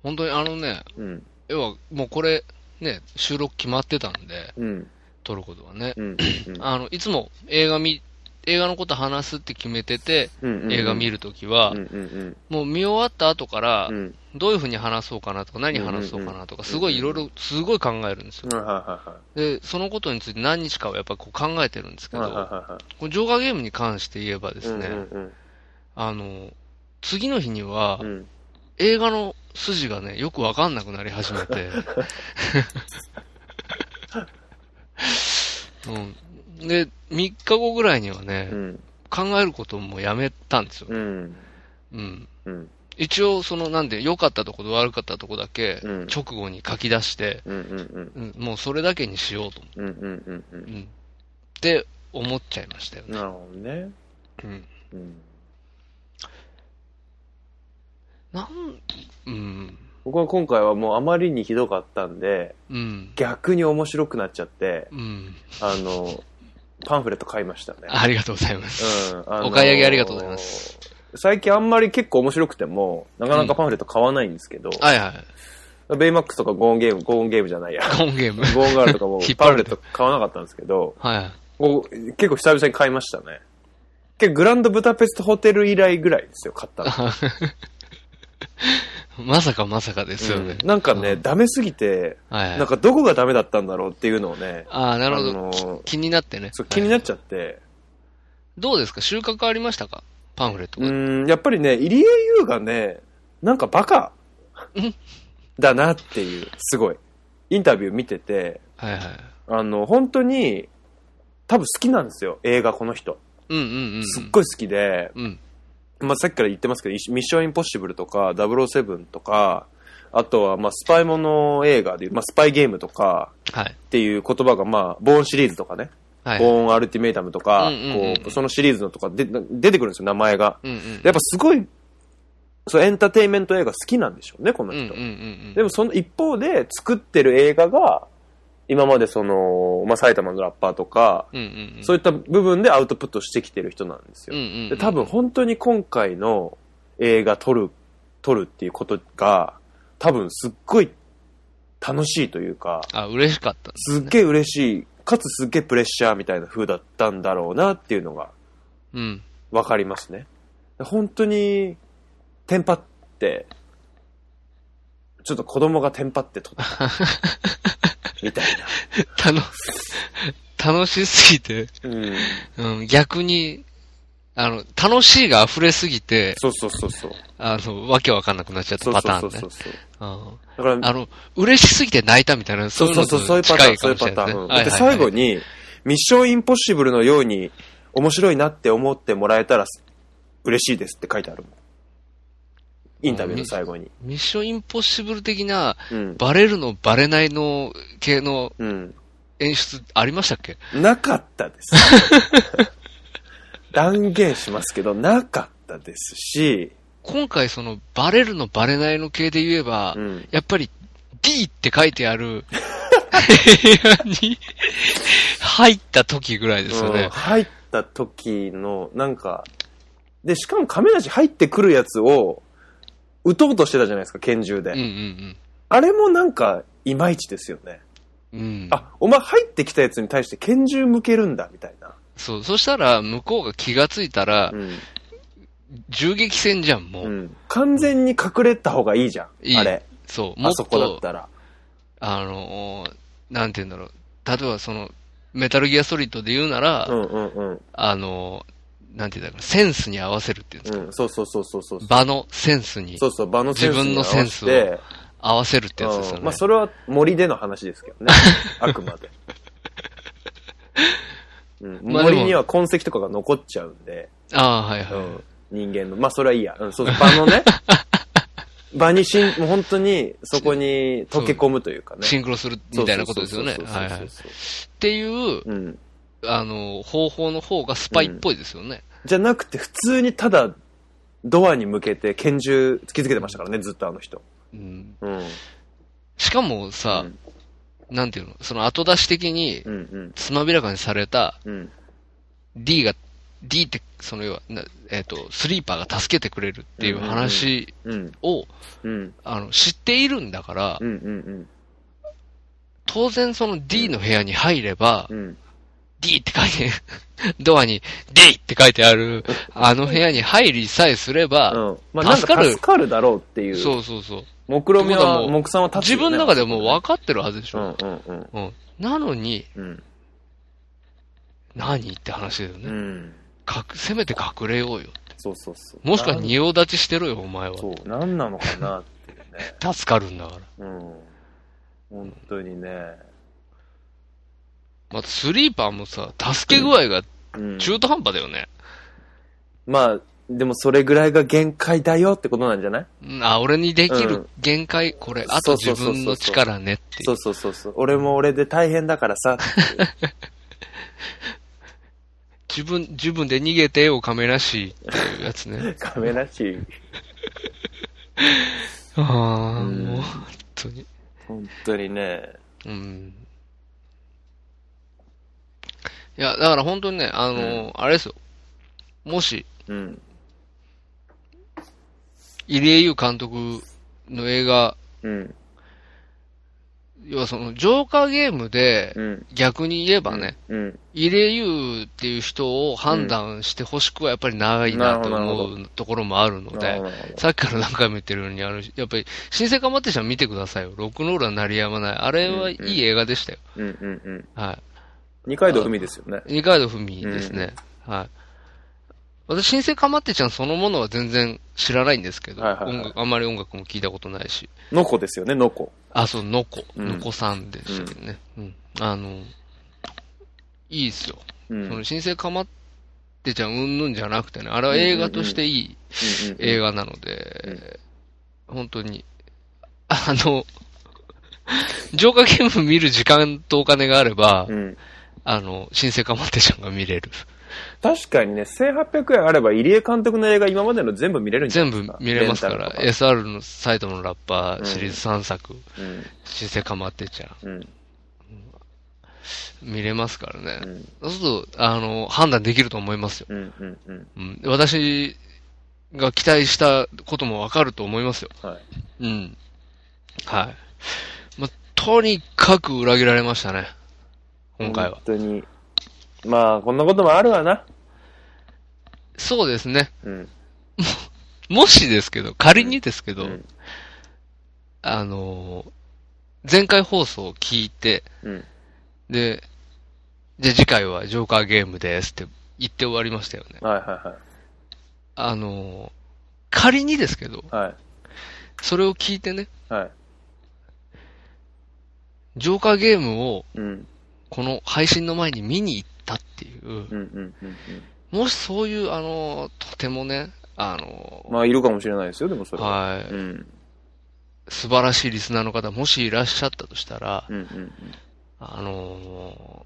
Speaker 3: 本当にあのね、
Speaker 2: うん、
Speaker 3: 要はもうこれ、ね、収録決まってたんで、
Speaker 2: うん、
Speaker 3: 撮ることはね。
Speaker 2: うん、
Speaker 3: あの、いつも映画見、映画のこと話すって決めてて、
Speaker 2: うん。
Speaker 3: 映画見
Speaker 2: る。
Speaker 3: るときは、
Speaker 2: うん、うん、
Speaker 3: もう見終わった後から
Speaker 2: うん。う、ん、
Speaker 3: どういうふうに話そうかなとか、何話そうかなとか、
Speaker 2: うん
Speaker 3: すごいいろいろ、すごい考えるんですよ。
Speaker 2: はいはいはい。
Speaker 3: で、そのことについて何日かはやっぱこう考えてるんですけ
Speaker 2: はいはい
Speaker 3: ど、
Speaker 2: は
Speaker 3: このジョーカーゲームに関して言えばで
Speaker 2: い
Speaker 3: すね、
Speaker 2: うんうん
Speaker 3: あの、次の日には
Speaker 2: う、ん、
Speaker 3: 映画の筋がね、よくわかんなくなり始 めて。うん、で、3日後ぐらいにはね、
Speaker 2: うん
Speaker 3: 考えることもやめたんですよ。
Speaker 2: うん
Speaker 3: うん。
Speaker 2: うん
Speaker 3: 一応、その、なんで、良かったとこと悪かったとこだけ
Speaker 2: う、ん
Speaker 3: 直後に書き出して、
Speaker 2: うんうんうん
Speaker 3: うん、もうそれだけにしようと思
Speaker 2: うんうんうんう
Speaker 3: う。うんん。って思っちゃいましたよね。
Speaker 2: なるほどね。
Speaker 3: うん。
Speaker 2: うん
Speaker 3: なん、うん。
Speaker 2: 僕は今回はもうあまりにひどかったんで、
Speaker 3: うん。
Speaker 2: 逆に面白くなっちゃって、
Speaker 3: うん。
Speaker 2: あの、パンフレット買いましたね。
Speaker 3: ありがとうござい ます。
Speaker 2: うんあの
Speaker 3: お買い上げありがとうございます。
Speaker 2: 最近あんまり結構面白くても、なかなかパンフレット買わないんですけど、
Speaker 3: はいはい。
Speaker 2: ベイマックスとかゴーンゲーム、ゴーンゲームじゃないや、
Speaker 3: コンゲーム。
Speaker 2: ゴーンガールとかも
Speaker 3: 引っ
Speaker 2: パン
Speaker 3: 張
Speaker 2: フレ
Speaker 3: る
Speaker 2: ット買わなかったんですけど、
Speaker 3: はい。
Speaker 2: こう結構久々に買いましたね。結構グランドブダペストホテル以来ぐらいですよ、買ったの。
Speaker 3: まさかまさかですよね。
Speaker 2: うんなんかね、
Speaker 3: うん
Speaker 2: ダメすぎて、
Speaker 3: はいはい。
Speaker 2: なんかどこがダメだったんだろうっていうのをね、
Speaker 3: ああ、なるほ
Speaker 2: あ
Speaker 3: ど。
Speaker 2: のー
Speaker 3: 気になってね。
Speaker 2: そう気になっ
Speaker 3: はい
Speaker 2: ちゃって、
Speaker 3: どうですか収穫ありましたかパンフレット
Speaker 2: う
Speaker 3: が。
Speaker 2: ん、やっぱりね、入江優がね、なんかバカ
Speaker 3: うん
Speaker 2: だなっていう、すごい。インタビュー見てて、
Speaker 3: はいはい。
Speaker 2: あの、本当に、多分好きなんですよ、映画この人。
Speaker 3: うんうんうん。
Speaker 2: すっごい好きで、
Speaker 3: うん。
Speaker 2: まあ、さっきから言ってますけど、ミッションインポッシブルとか、007とか、あとは、まあ、スパイもの映画で、まあ、スパイゲームとか
Speaker 3: はい。
Speaker 2: っていう言葉が、まあ、ボーンシリーズとかね、
Speaker 3: はい。
Speaker 2: ボーンアルティメイタムとか、
Speaker 3: うんうんうん
Speaker 2: こう、そのシリーズのとかで出てくるんですよ、名前が。
Speaker 3: うんうん。
Speaker 2: やっぱすごい、そう、エンターテインメント映画好きなんでしょうね、この
Speaker 3: うんうん
Speaker 2: 人。
Speaker 3: うん。
Speaker 2: でも、その一方で作ってる映画が、今までその、まあ、埼玉のラッパーとか、
Speaker 3: うんうんうん。
Speaker 2: そういった部分でアウトプットしてきてる人なんですよ
Speaker 3: うん。うん。
Speaker 2: で多分、本当に今回の映画撮る、撮るっていうことが、多分すっごい楽しいというか、
Speaker 3: あ、嬉しかったんです
Speaker 2: すっ
Speaker 3: ね。
Speaker 2: げえ嬉しい、かつすっげえプレッシャーみたいな風だったんだろうなっていうのが
Speaker 3: うん。
Speaker 2: わかりますね。本当に、テンパって、ちょっと子供がテンパって撮った。みたい
Speaker 3: 楽、楽しすぎて、
Speaker 2: な。うん。
Speaker 3: うん、逆に、あの、楽しいが溢れすぎて、
Speaker 2: そうそうそうそう。
Speaker 3: あの、わけわかんなくなっちゃっ
Speaker 2: そ
Speaker 3: た
Speaker 2: う
Speaker 3: パタ
Speaker 2: そうそ
Speaker 3: ー
Speaker 2: う
Speaker 3: ンね
Speaker 2: そう。そう。
Speaker 3: うん
Speaker 2: だから、
Speaker 3: あの、嬉しすぎて泣いたみたいな、そういう
Speaker 2: そ
Speaker 3: の
Speaker 2: うそう、
Speaker 3: と
Speaker 2: そういうパタ
Speaker 3: 近
Speaker 2: ー
Speaker 3: い
Speaker 2: ン、そ
Speaker 3: か
Speaker 2: うい
Speaker 3: も
Speaker 2: う
Speaker 3: し
Speaker 2: パ
Speaker 3: れ
Speaker 2: タ
Speaker 3: ないです
Speaker 2: ー
Speaker 3: ね
Speaker 2: ン。で、最後、に、ミッションインポッシブルのように、面白いなって思ってもらえたら、嬉しいですって書いてあるもん。インタビューの最後に。
Speaker 3: ミッションインポッシブル的な、
Speaker 2: うん。
Speaker 3: バレるのバレないの系の
Speaker 2: うん。
Speaker 3: 演出ありましたっけ
Speaker 2: なかったです。断言しますけど、なかったですし、
Speaker 3: 今回その、バレるのバレないの系で言えば、
Speaker 2: うん。
Speaker 3: やっぱり D って書いてある部屋に入った時ぐらいですよ
Speaker 2: うん
Speaker 3: ね。
Speaker 2: 入った時の、なんか、
Speaker 4: で、しかも亀梨入ってくるやつを、撃とうとしてたじゃないですか、拳銃で。
Speaker 3: うんうん
Speaker 4: あれもなんか、いまいちですよね。
Speaker 3: うん。うん。
Speaker 4: あ、お前入ってきたやつに対して拳銃向けるんだ、みたいな。
Speaker 3: そう。そしたら、向こうが気がついたら、
Speaker 4: うん。
Speaker 3: 銃撃戦じゃん、もう。
Speaker 4: うん。完全に隠れた方がいいじゃん。
Speaker 3: いい
Speaker 4: あれ。
Speaker 3: そう。も
Speaker 4: あ
Speaker 3: っ
Speaker 4: そこだっ
Speaker 3: と、
Speaker 4: たら。
Speaker 3: あのー、なんて言うんだろう。例えば、その、メタルギアソリッドで言うなら、
Speaker 4: うんうんうん。
Speaker 3: あのー、なんて言うんだろう。センスに合わせるっていうんですか。
Speaker 4: うん。そうそうそうそうそう。
Speaker 3: 場のセンスに
Speaker 4: そうそう、場のセンスに合わせて
Speaker 3: 自分のセン合わせるってやつですよ
Speaker 4: う
Speaker 3: ね。
Speaker 4: んまあ、それは森での話ですけ どね。あくまで。うん、
Speaker 3: まあでも
Speaker 4: 森には痕跡とかが残っちゃうんで、
Speaker 3: ああ、はいは
Speaker 4: う
Speaker 3: い。
Speaker 4: ん、人間の。まあ、それはいいや。うん、そう、場の ね、場にしん、もう本当にそこに溶け込むというかね。
Speaker 3: シンクロするみたいなことですよね。
Speaker 4: そうそう
Speaker 3: は
Speaker 4: そう
Speaker 3: い
Speaker 4: そう
Speaker 3: はい。っていう、
Speaker 4: うん。
Speaker 3: あの、方法の方がスパイっぽいですよね。
Speaker 4: じゃなくて、普通にただ、ドアに向けて拳銃突きつけてましたからね、ずっとあの人。
Speaker 3: うん
Speaker 4: うん。
Speaker 3: しかもさ、なんていうの、その後出し的に
Speaker 4: う、んうん
Speaker 3: つまびらかにされた
Speaker 4: うん。
Speaker 3: D が、D って、その要は、なえっ、と、スリーパーが助けてくれるっていう話
Speaker 4: うん。
Speaker 3: を、
Speaker 4: うん。
Speaker 3: あの、知っているんだから、
Speaker 4: うん。うん。
Speaker 3: 当然その D の部屋に入れば、
Speaker 4: うん。うん。
Speaker 3: D って書いて、 ドアに D って書いてある、あの部屋に入りさえすれば、
Speaker 4: うん。まあ、なん
Speaker 3: 助か
Speaker 4: か
Speaker 3: る
Speaker 4: 助かるだろうっていう。
Speaker 3: そうそうそう。
Speaker 4: 目論み
Speaker 3: ってことは
Speaker 4: は、
Speaker 3: もう
Speaker 4: 目算は立つ
Speaker 3: 自
Speaker 4: よね、
Speaker 3: 分の中でもう分かってるはずでし
Speaker 4: う
Speaker 3: ょ。
Speaker 4: んうん
Speaker 3: うん。なのに、
Speaker 4: うん。
Speaker 3: 何って話だよ
Speaker 4: うん。う
Speaker 3: ね。
Speaker 4: ん。
Speaker 3: かくせめて隠れようよ。
Speaker 4: そうそうそう。
Speaker 3: もしくは
Speaker 4: なん
Speaker 3: 仁王立ちしてろよ、お前は。
Speaker 4: そう、なんなのかな っていうね。
Speaker 3: 助かるんだから。
Speaker 4: うん。本当にね。
Speaker 3: また、スリーパーもさ、助け具合が
Speaker 4: うん。
Speaker 3: 中途半端だよね。
Speaker 4: まあ、でもそれぐらいが限界だよってことなんじゃない
Speaker 3: うんあ、俺にでき
Speaker 4: う
Speaker 3: る
Speaker 4: ん
Speaker 3: 限界、これ、あと
Speaker 4: そ
Speaker 3: 自
Speaker 4: うそうそうそう
Speaker 3: 分の力ねってい。
Speaker 4: そううそうそうそう。俺も俺で大変だから さ。。
Speaker 3: 自分、自分で逃げてよ、亀らしいっていうやつね
Speaker 4: 亀梨。
Speaker 3: ああ、
Speaker 4: うん
Speaker 3: もう、本当に。
Speaker 4: 本当にね。
Speaker 3: うん。いや、だから本当にね、あのーあれですよ。もし、
Speaker 4: うん。
Speaker 3: 入江優監督の映画、
Speaker 4: うん。
Speaker 3: 要はその、ジョーカーゲームで
Speaker 4: う、ん。
Speaker 3: 逆に言えばね、
Speaker 4: うん。
Speaker 3: 入江優っていう人を判断してほしくはやっぱり長いなと
Speaker 4: なるほど
Speaker 3: 思うところもある
Speaker 4: な
Speaker 3: の
Speaker 4: るほ、
Speaker 3: で
Speaker 4: どなるほど
Speaker 3: さっきから何回も言ってるように、あの、やっぱり、新生頑張ってちゃん見てくださいよ。ロックンロールは鳴りやまない。あれはい
Speaker 4: うんうん
Speaker 3: い映画でしたよ。
Speaker 4: うんうんうん。
Speaker 3: はい。
Speaker 4: 二階堂ふみですよね。
Speaker 3: 二階堂ふみですね。はい。私、新生かまってちゃんそのものは全然知らないんですけど、
Speaker 4: はいはいはい
Speaker 3: 音楽あんまり音楽も聞いたことないし。
Speaker 4: のこですよね、のこ。
Speaker 3: あ、そう、のこ、
Speaker 4: うん
Speaker 3: のこさんでしたけどね。うん。あの、いいっすよ。
Speaker 4: うん。う
Speaker 3: そ
Speaker 4: ん
Speaker 3: の、新生かまってちゃんうんぬんじゃなくてね、あれは映画としていい映画なので、本当に、あの、 浄化ゲーム見る時間とお金があれば、
Speaker 4: うん。うん。
Speaker 3: あの、新生かまってちゃんが見れる。
Speaker 4: 確かにね、1800円あれば入江監督の映画今までの全部見れるんじゃな
Speaker 3: 全
Speaker 4: いです
Speaker 3: 部
Speaker 4: か。
Speaker 3: 見れますから、
Speaker 4: レン
Speaker 3: SR の埼玉のラッパーシリーズ3作、
Speaker 4: タルとか
Speaker 3: 新生かまってちゃん、
Speaker 4: うん。うん。
Speaker 3: 見れますから
Speaker 4: う
Speaker 3: ね。
Speaker 4: ん。
Speaker 3: そうすると、あの、判断できると思いますよ。
Speaker 4: うん。うん。うん。
Speaker 3: うん、私が期待したこともわかると思いますよ。
Speaker 4: はい。
Speaker 3: うん。はい。まあ、とにかく裏切られましたね。今回は
Speaker 4: 本。当に。まあ、こんなこともあるわな。
Speaker 3: そうですね。
Speaker 4: うん。
Speaker 3: もしですけど、仮にですけど、
Speaker 4: うん
Speaker 3: あのー前回放送を聞いて、
Speaker 4: うん。
Speaker 3: で、じゃあ次回はジョーカーゲームですって言って終わりましたよね。
Speaker 4: はいは
Speaker 3: あのー仮にですけど、
Speaker 4: いはい。はい。
Speaker 3: それを聞いてね、
Speaker 4: はい。
Speaker 3: ジョーカーゲームを
Speaker 4: うん。
Speaker 3: この配信の前に見に行ったっていう
Speaker 4: う、ん。うん。うん。
Speaker 3: もしそういう、あのーとてもね、あの
Speaker 4: うん。まあ、いるかもしれないですよ、でもそ
Speaker 3: ー
Speaker 4: れは。
Speaker 3: はい、
Speaker 4: うん。
Speaker 3: 素晴らしいリスナーの方、もしいらっしゃったとしたら、
Speaker 4: うん。うん。
Speaker 3: あのー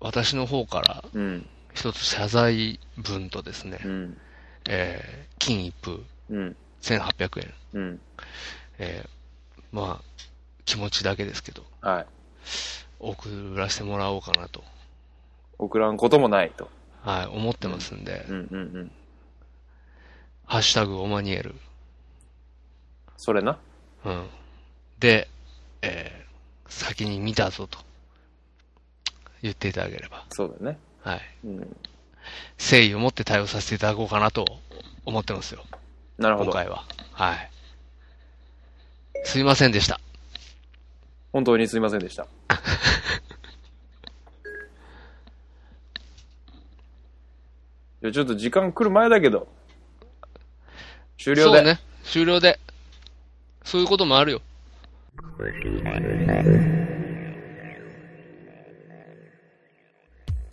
Speaker 3: 私の方から
Speaker 4: うん。
Speaker 3: 一つ謝罪文とですね、
Speaker 4: うん。
Speaker 3: えー金一封
Speaker 4: うん。
Speaker 3: 1800
Speaker 4: う
Speaker 3: 円、
Speaker 4: ん。
Speaker 3: えーまあ、気持ちだけですけど、
Speaker 4: はい。
Speaker 3: 送らせてもらおうかなと、
Speaker 4: 送らんこともないと。
Speaker 3: はい、思ってますんで、
Speaker 4: うん。うん。うん。
Speaker 3: ハッシュタグオマニエル。
Speaker 4: それな。
Speaker 3: うん。で、えー先に見たぞと、言っていただければ、
Speaker 4: そうだね。
Speaker 3: はい。
Speaker 4: うん。
Speaker 3: 誠意を持って対応させていただこうかなと思ってますよ。
Speaker 4: なるほど。
Speaker 3: 今回は。はい。すいませんでした。
Speaker 4: 本当にすいませんで した。いやちょっと時間来る前だけど、終了で。
Speaker 3: そうね。終了で。そういうこともあるよ。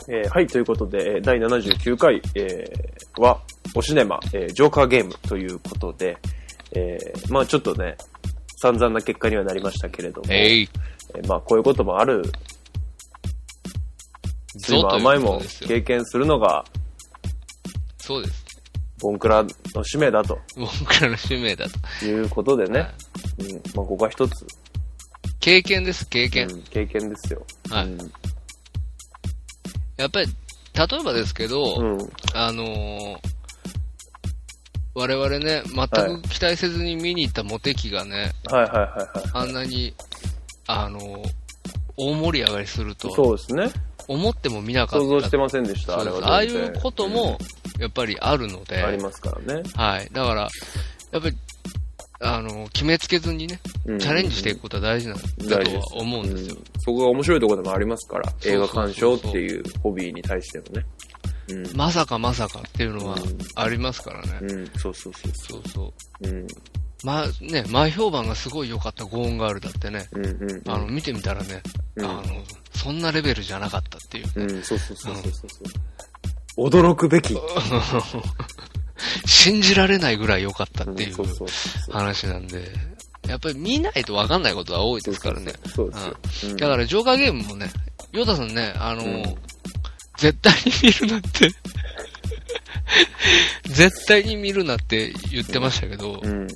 Speaker 4: えーはい、ということで、えー第79回、えーは、おシネマ、えージョーカーゲームということで、えーまあちょっとね、散々な結果にはなりましたけれども、
Speaker 3: えい。
Speaker 4: えーまあこういうこともある、ついも
Speaker 3: ぞと
Speaker 4: 甘
Speaker 3: い
Speaker 4: いう
Speaker 3: こ
Speaker 4: も
Speaker 3: とですよ。
Speaker 4: 経験するのが、
Speaker 3: そうです。
Speaker 4: ボンクラの使命だと
Speaker 3: 僕らの使命だと。
Speaker 4: いうことでね
Speaker 3: は、
Speaker 4: うん、まあここは一つ、
Speaker 3: 経験です、経験。
Speaker 4: うん経験ですよ。
Speaker 3: はい
Speaker 4: うん
Speaker 3: やっぱり、例えばですけど、
Speaker 4: うん、
Speaker 3: あのー我々ね、全く期待せずに見に行ったモテ期がね、
Speaker 4: はいはいはいはい。
Speaker 3: あんなに、あのー大盛り上がりすると、
Speaker 4: そうですね。
Speaker 3: 思っても見なかった。
Speaker 4: 想像してませんでした、
Speaker 3: そ
Speaker 4: あ
Speaker 3: う
Speaker 4: れ
Speaker 3: です
Speaker 4: は。
Speaker 3: ああいうことも、やっぱりあるの
Speaker 4: うん、
Speaker 3: で、
Speaker 4: ありますからね。
Speaker 3: はい。だから、やっぱり、あの、決めつけずにね、
Speaker 4: うん
Speaker 3: チャレンジしていくことは大事なんだとは思うんですよ。
Speaker 4: うんそこが面白いところでもありますから、
Speaker 3: そう
Speaker 4: 映
Speaker 3: そ
Speaker 4: 画
Speaker 3: うそう
Speaker 4: 鑑賞っていうホビーに対してもね。うん。
Speaker 3: まさかまさかっていうのはありますからね。
Speaker 4: うん、そうそうそうそ
Speaker 3: そうそう。
Speaker 4: う。うん、
Speaker 3: ま、ね、前評判がすごい良かったゴーンガールだってね、
Speaker 4: うん、うんうん。
Speaker 3: あの、見てみたらね、
Speaker 4: うん
Speaker 3: あの、そんなレベルじゃなかったっていう
Speaker 4: う
Speaker 3: ね。
Speaker 4: ん、そうそうそうそうそうそう。驚くべき。
Speaker 3: 信じられないぐらい良かったってい
Speaker 4: ん
Speaker 3: う
Speaker 4: そうそうそう。
Speaker 3: 話なんで、やっぱり見ないとわかんないことは多いですからね。
Speaker 4: そうですよ。
Speaker 3: だ
Speaker 4: ら、
Speaker 3: から、ジョーカーゲームもね、ヨタさんね、あのー
Speaker 4: うん
Speaker 3: 絶対に見るなって、 絶対に見るなって言ってましたけど、
Speaker 4: うん。
Speaker 3: うん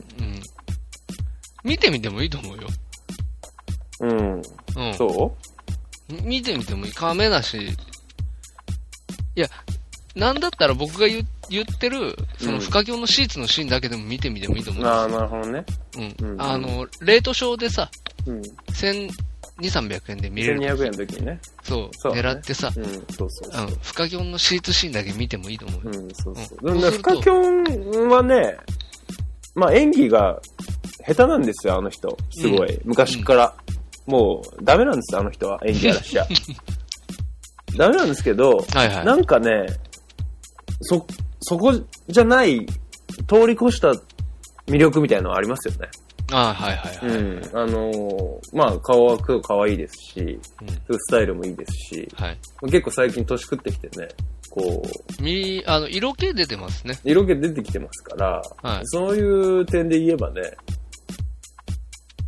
Speaker 3: 見てみてもいいと思うよ。
Speaker 4: うん。
Speaker 3: うん。
Speaker 4: そ
Speaker 3: 見てみてもいい。亀梨。いや、なんだったら僕が言う言ってる、そうの、
Speaker 4: ん
Speaker 3: 不可教のシーツのシーンだけでも見てみてもいいと思
Speaker 4: う
Speaker 3: う
Speaker 4: ああ、
Speaker 3: ん
Speaker 4: なるほどね。
Speaker 3: です
Speaker 4: う
Speaker 3: よ。うんん。あの、レートショーでさ、
Speaker 4: うん。
Speaker 3: 1200、300円で見れる。
Speaker 4: 1200円の時にね。
Speaker 3: そう、
Speaker 4: そうだね
Speaker 3: 狙ってさ、
Speaker 4: うん、そうそう
Speaker 3: う
Speaker 4: そ
Speaker 3: ん、フカキョンのシーツシーンだけ見てもいいと思う
Speaker 4: う。う
Speaker 3: よ。
Speaker 4: ん、そうそうう。でも
Speaker 3: ん
Speaker 4: ね、
Speaker 3: そうす
Speaker 4: フ
Speaker 3: る
Speaker 4: カ
Speaker 3: と
Speaker 4: キョンはね、まあ演技が下手なんですよ、あの人。すごい。昔っから。もう、ダメなんですよ、あの人は。演技やらしちゃ。ダメなんですけど、
Speaker 3: はいはい。
Speaker 4: なんかね、そ、そこじゃない、通り越した魅力みたいなのはありますよね。
Speaker 3: ああはいはいはい。
Speaker 4: うん。あのーまあ、顔はく可愛いですし、
Speaker 3: うん
Speaker 4: スタイルもいいですし、
Speaker 3: はい。
Speaker 4: 結構最近年食ってきてね、こう、
Speaker 3: み、あの、色気出てますね。
Speaker 4: 色気出てきてますから、
Speaker 3: はい
Speaker 4: そういう点で言えばね、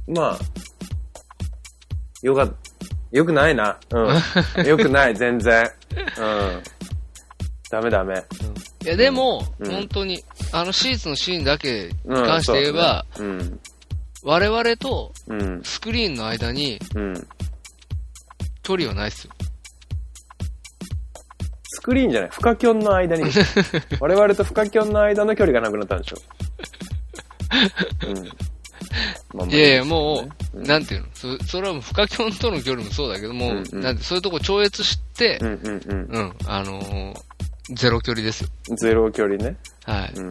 Speaker 4: まあ、よか、よくないな。 うん。よくない、全然。うん。ダメダメ。
Speaker 3: いや、でも、
Speaker 4: うん
Speaker 3: 本当に、あのシーツのシーンだけに
Speaker 4: うん。
Speaker 3: 関して言えば、
Speaker 4: そうだね
Speaker 3: 我々と
Speaker 4: うん。うん。
Speaker 3: スクリーンの間に
Speaker 4: うん。
Speaker 3: 距離はないっすよ。
Speaker 4: スクリーンじゃない、フカキョンの間に。 我々とフカキョンの間の距離がなくなったんでしょ。うん。まあまあ
Speaker 3: いやいや、もう、
Speaker 4: うん
Speaker 3: なんていうのそそれはもう、不可教との距離もそうだけども、
Speaker 4: うんうん
Speaker 3: なんてそういうとこ超越して
Speaker 4: う、んうんうん
Speaker 3: うん、あのーゼロ距離ですよ。。
Speaker 4: ゼロ距離ね。
Speaker 3: はい。
Speaker 4: うん。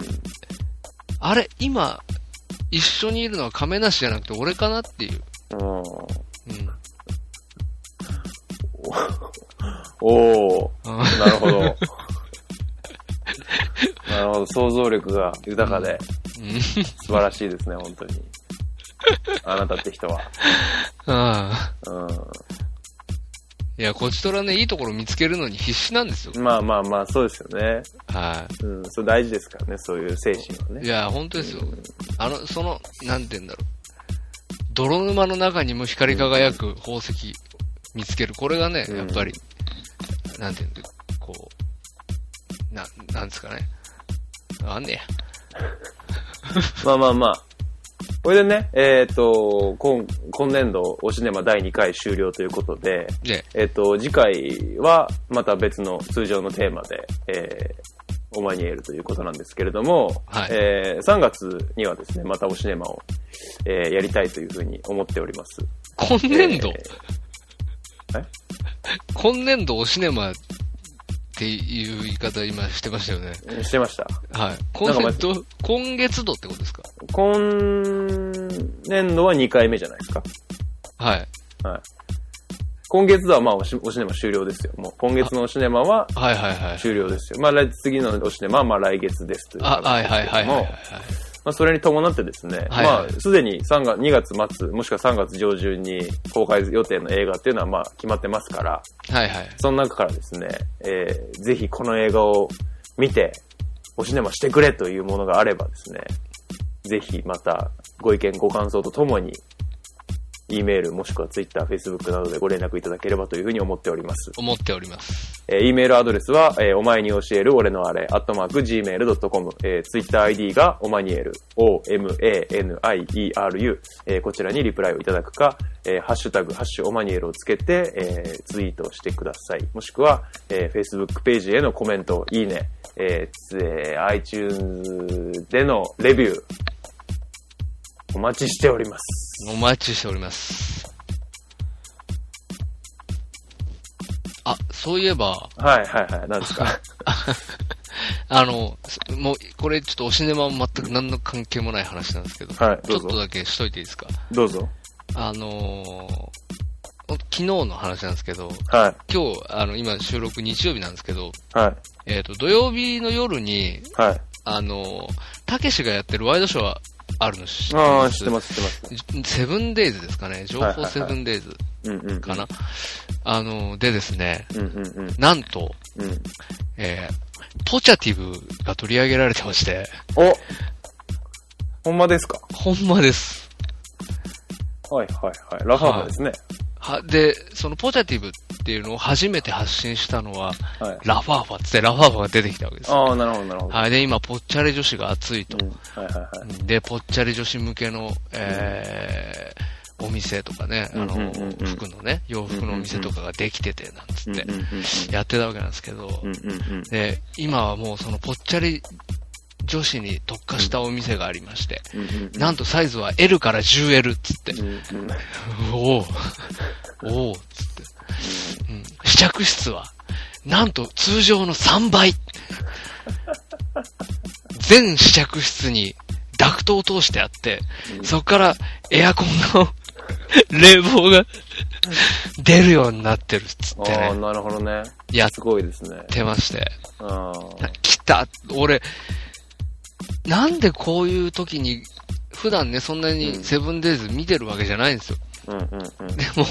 Speaker 3: あれ、今、一緒にいるのは亀梨じゃなくて俺かなっていう。
Speaker 4: うん
Speaker 3: うん。
Speaker 4: おお、
Speaker 3: うん
Speaker 4: なるほど。なるほど、想像力が豊かで
Speaker 3: うん
Speaker 4: 素晴らしいですね、本当に。あなたって人は。
Speaker 3: あ
Speaker 4: う
Speaker 3: あ。いや、こちとらね、いいところ見つけるのに必死なんですよ。
Speaker 4: ん。まあまあまあ、そうですよね。
Speaker 3: は。
Speaker 4: うん、それ大事ですからね、そういう精神はい
Speaker 3: い
Speaker 4: ね。
Speaker 3: や、本当ですよ。あの、その、なんて言うんだろう。泥沼の中にも光り輝く宝石見つける。これがね、
Speaker 4: うん
Speaker 3: やっぱり、なんて言うんだろう。こう、な、なんですかね。あんねや。
Speaker 4: まあまあまあ。これでね、えっ、と、今、今年度、おシネマ第2回終了ということで、
Speaker 3: で、
Speaker 4: えっ、と、次回はまた別の通常のテーマで、えー
Speaker 2: オマニエルということなんですけれども、
Speaker 3: はい
Speaker 2: えー3月にはですね、またおシネマを、えーやりたいというふうに思っております。
Speaker 3: 今年度、
Speaker 2: えーえ
Speaker 3: 今年度おシネマっていう言い方今してましたよね。
Speaker 2: してました。
Speaker 3: はい。
Speaker 2: な
Speaker 3: 今
Speaker 2: んかま
Speaker 3: 年度、今月度ってことですか
Speaker 2: 今年度は2回目じゃないですか。
Speaker 3: はい。
Speaker 2: はい。今月度はまあおし、おシネマ終了ですよ。もう今月のおシネマは
Speaker 3: はいはいはい。
Speaker 2: 終了ですよ。まあ、来次のおシネマはまあ来月ですという
Speaker 3: あ、
Speaker 2: 形
Speaker 3: はいはいはいはいはい
Speaker 2: ですけどもまあ、それに伴ってですね、
Speaker 3: はいはい
Speaker 2: まあ、すでに3月、2月末、もしくは3月上旬に公開予定の映画っていうのは、まあ、決まってますから、
Speaker 3: はい。はいはい。
Speaker 2: その中からですね、えー、ぜひこの映画を見て、おシネマしてくれというものがあればですね、ぜひまたご意見、ご感想とともに、E メールもしくは Twitter、Facebook などでご連絡いただければというふうに思っております。
Speaker 3: 思っております。
Speaker 2: えー、E メールアドレスは、えーお前に教える俺のあれ、アットマーク gmail.com、えー、TwitterID がおまにえる、o-m-a-n-i-e-r-u、えーこちらにリプライをいただくか、えーハッシュタグ、ハッシュおまにえるをつけて、えーツイートしてください。もしくは、えー Facebook ページへのコメント、いいね、えーえー iTunes でのレビュー、お待ちしております。
Speaker 3: お待ちしております。あ、そういえ ば、
Speaker 2: はいはいはい、なんですか。
Speaker 3: あの、すもう、これちょっとおシネマは全く何の関係もない話なんですけど、
Speaker 2: はい、
Speaker 3: ち
Speaker 2: ど
Speaker 3: ょっ
Speaker 2: うぞ
Speaker 3: と。だけしといていいですか。
Speaker 2: どうぞ。
Speaker 3: あのー昨日の話なんですけど、
Speaker 2: は
Speaker 3: 今日、あの、今収録日曜日なんですけど、
Speaker 2: い、はい、
Speaker 3: えっ、と、土曜日の夜に、
Speaker 2: はい。
Speaker 3: あのーたけしがやってるワイドショーはあるの知って
Speaker 2: あ
Speaker 3: ま
Speaker 2: あ、
Speaker 3: す
Speaker 2: 知ってます、知ってます。
Speaker 3: セブンデイズですかね。情
Speaker 2: はいはい
Speaker 3: 報
Speaker 2: はい
Speaker 3: セブンデイズ
Speaker 2: うんうんうん。
Speaker 3: かな。あのーでですね、
Speaker 2: うんうんうん
Speaker 3: なんと、
Speaker 2: うん。
Speaker 3: えーポチャティブが取り上げられてまして、
Speaker 2: おほんまですか
Speaker 3: ほんまです。
Speaker 2: はいはいはい。ラファーマですね。
Speaker 3: は、で、そのポチャティブっていうのを初めて発信したのは、
Speaker 2: はい。
Speaker 3: ラファーファっつってラファーファが出てきたわけです。
Speaker 2: ああ、なるほどなるほど。
Speaker 3: はい。で、今、ぽっちゃり女子が熱いと
Speaker 2: う。んはいはいはい。
Speaker 3: で、ぽっちゃり女子向けの、えーお店とかね、あの、
Speaker 2: うんうんうんうん
Speaker 3: 服のね、洋服のお店とかができてて、なんつって、
Speaker 2: う
Speaker 3: やってたわけなんですけど、
Speaker 2: んうんうん。うんうんうん。
Speaker 3: で、今はもうそのぽっちゃり女子に特化したお店がありまして、
Speaker 2: うんうんうん
Speaker 3: なんとサイズは L から 10L っつって、
Speaker 2: うんうん
Speaker 3: おおおおっつって、うん、試着室は、なんと通常の3倍。全試着室にダクトを通してあって、そこからエアコンの 冷房が 出るようになってるっつって
Speaker 2: ああ、
Speaker 3: ね、
Speaker 2: なるほどね。
Speaker 3: やっ
Speaker 2: すごいですね。
Speaker 3: てまして。
Speaker 2: ああ。
Speaker 3: 来た俺、なんでこういう時に、普段ね、そんな
Speaker 2: う
Speaker 3: に
Speaker 2: ん
Speaker 3: セブンデイズ見てるわけじゃないんですよ。
Speaker 2: うんうんうん。
Speaker 3: でも、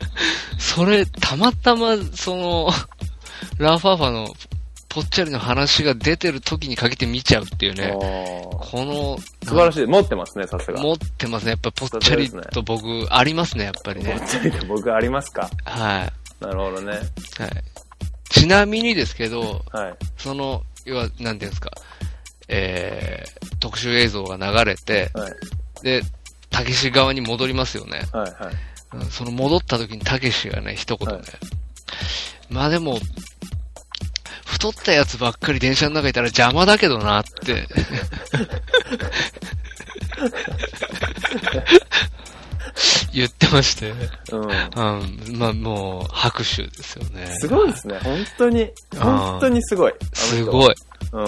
Speaker 3: それ、たまたま、その、ラファーファのぽっちゃりの話が出てる時にかけて見ちゃうっていうね。
Speaker 2: ああ。
Speaker 3: この、
Speaker 2: 素晴らしい。持ってますね、さすが。
Speaker 3: 持ってますね。やっぱぽっちゃりと僕、ありますね、やっぱり
Speaker 2: 持
Speaker 3: ね。
Speaker 2: ってるって 僕ありますか
Speaker 3: は
Speaker 2: なるほどね。
Speaker 3: い。はい。ちなみにですけど、
Speaker 2: はい。
Speaker 3: その、要は、なんていうんですか、えー、特集映像が流れて、
Speaker 2: はい。
Speaker 3: で、たけし側に戻りますよね。
Speaker 2: はいはい。
Speaker 3: うんその戻った時にたけしがね、一言ね。
Speaker 2: はい
Speaker 3: まあでも、太ったやつばっかり電車の中いたら邪魔だけどなって。言ってまして。
Speaker 2: うん。
Speaker 3: うん。まあもう、拍手ですよね。
Speaker 2: すごいですね。本当に。本当にすごい。
Speaker 3: す
Speaker 2: い。
Speaker 3: ごい。
Speaker 2: う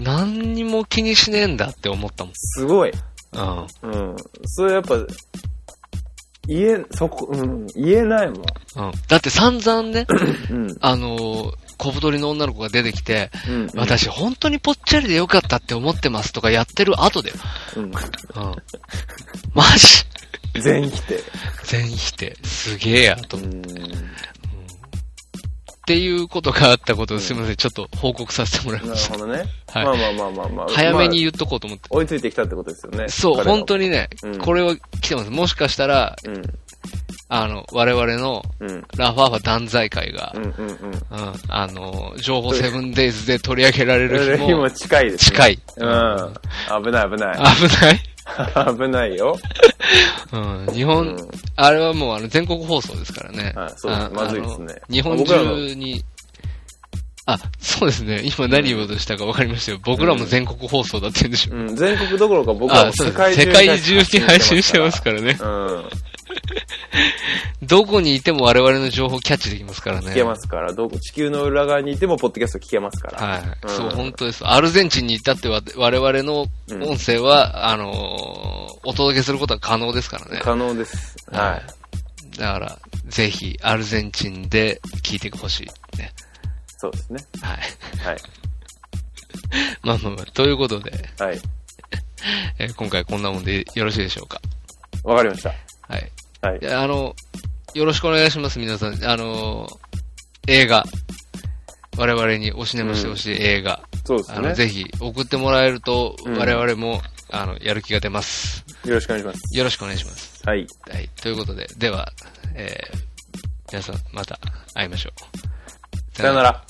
Speaker 2: ん。
Speaker 3: 何にも気にしねえんだって思ったもん。
Speaker 2: すごい。
Speaker 3: うん。
Speaker 2: うん。それやっぱ、言え、そこ、うん、言えないもん。
Speaker 3: うん。だって散々 ね、
Speaker 2: うん。
Speaker 3: あのー小太りの女の子が出てきて、
Speaker 2: うん、
Speaker 3: 私本当にぽっちゃりでよかったって思ってますとかやってる後で。
Speaker 2: うん。
Speaker 3: うん。マジ
Speaker 2: 全否定。
Speaker 3: 全否定。すげえや、と
Speaker 2: う
Speaker 3: 思
Speaker 2: ん。
Speaker 3: う。っていうことがあったことをすみません、ちょっと報告させてもらい
Speaker 2: な
Speaker 3: ま
Speaker 2: る
Speaker 3: した
Speaker 2: ほ。どね。
Speaker 3: はい
Speaker 2: まあまあまあまあまあ。
Speaker 3: 早めに
Speaker 2: ま
Speaker 3: 言っとこうと思って。
Speaker 2: あ追いついてきたってことですよね。
Speaker 3: そう、本当
Speaker 2: に。
Speaker 3: にね
Speaker 2: うん、
Speaker 3: これは来てます。もしかしたら、
Speaker 2: うん。
Speaker 3: あの、我々の
Speaker 2: うん。
Speaker 3: ラファーファ断罪会が
Speaker 2: う、んうんうん。
Speaker 3: うん、あの、情報セブンデイズで取り上げられる
Speaker 2: よ
Speaker 3: 日
Speaker 2: り
Speaker 3: も
Speaker 2: も、近いですね。
Speaker 3: 近い。
Speaker 2: うん。危ない危な
Speaker 3: 危ない
Speaker 2: い。 危ないよ。
Speaker 3: うん、日
Speaker 2: う
Speaker 3: 本、
Speaker 2: ん。
Speaker 3: あれはもうあの全国放送ですからね。
Speaker 2: はいそうです
Speaker 3: あ
Speaker 2: まずいですね
Speaker 3: あの日本中に、あ、そうですね。今何言おうとしたか分かりましたよ。僕らも全国放送だって言うんでしょ。
Speaker 2: うん、全国どころか僕はも
Speaker 3: あ
Speaker 2: う
Speaker 3: そう
Speaker 2: 世
Speaker 3: で
Speaker 2: 界
Speaker 3: す
Speaker 2: 中
Speaker 3: 世界中に配信してます
Speaker 2: ら。
Speaker 3: からね。
Speaker 2: うん。
Speaker 3: どこにいても我々の情報キャッチできますからね。
Speaker 2: 聞けますから、どこ、地球の裏側にいても、ポッドキャスト聞けますから。
Speaker 3: はい、
Speaker 2: うん
Speaker 3: そう、本当です。アルゼンチンに至っては、我々の音声は、あのーお届けすることは可能ですからね。
Speaker 2: 可能です。は
Speaker 3: はいだから、ぜひ、アルゼンチンで聞いてほしい。ね。
Speaker 2: い。そうですね。
Speaker 3: はい。
Speaker 2: はい。
Speaker 3: まあまあまあ、ということで、
Speaker 2: はい。
Speaker 3: えー今回こんなもんでよろしいでしょうか。
Speaker 2: わかりました。
Speaker 3: はい。
Speaker 2: はい
Speaker 3: い。やあの、よろしくお願いします、皆さん。あのー映画。我々におしねましてほしい映画。
Speaker 2: そうです
Speaker 3: あの、
Speaker 2: ね。
Speaker 3: ぜひ送ってもらえると、
Speaker 2: うん
Speaker 3: 我々も、あの、やる気が出ます。
Speaker 2: よろしくお願いします。
Speaker 3: よろしくお願いします。
Speaker 2: はい。
Speaker 3: はい。ということで、では、えー、皆さん、また会いましょう。
Speaker 2: さよなら。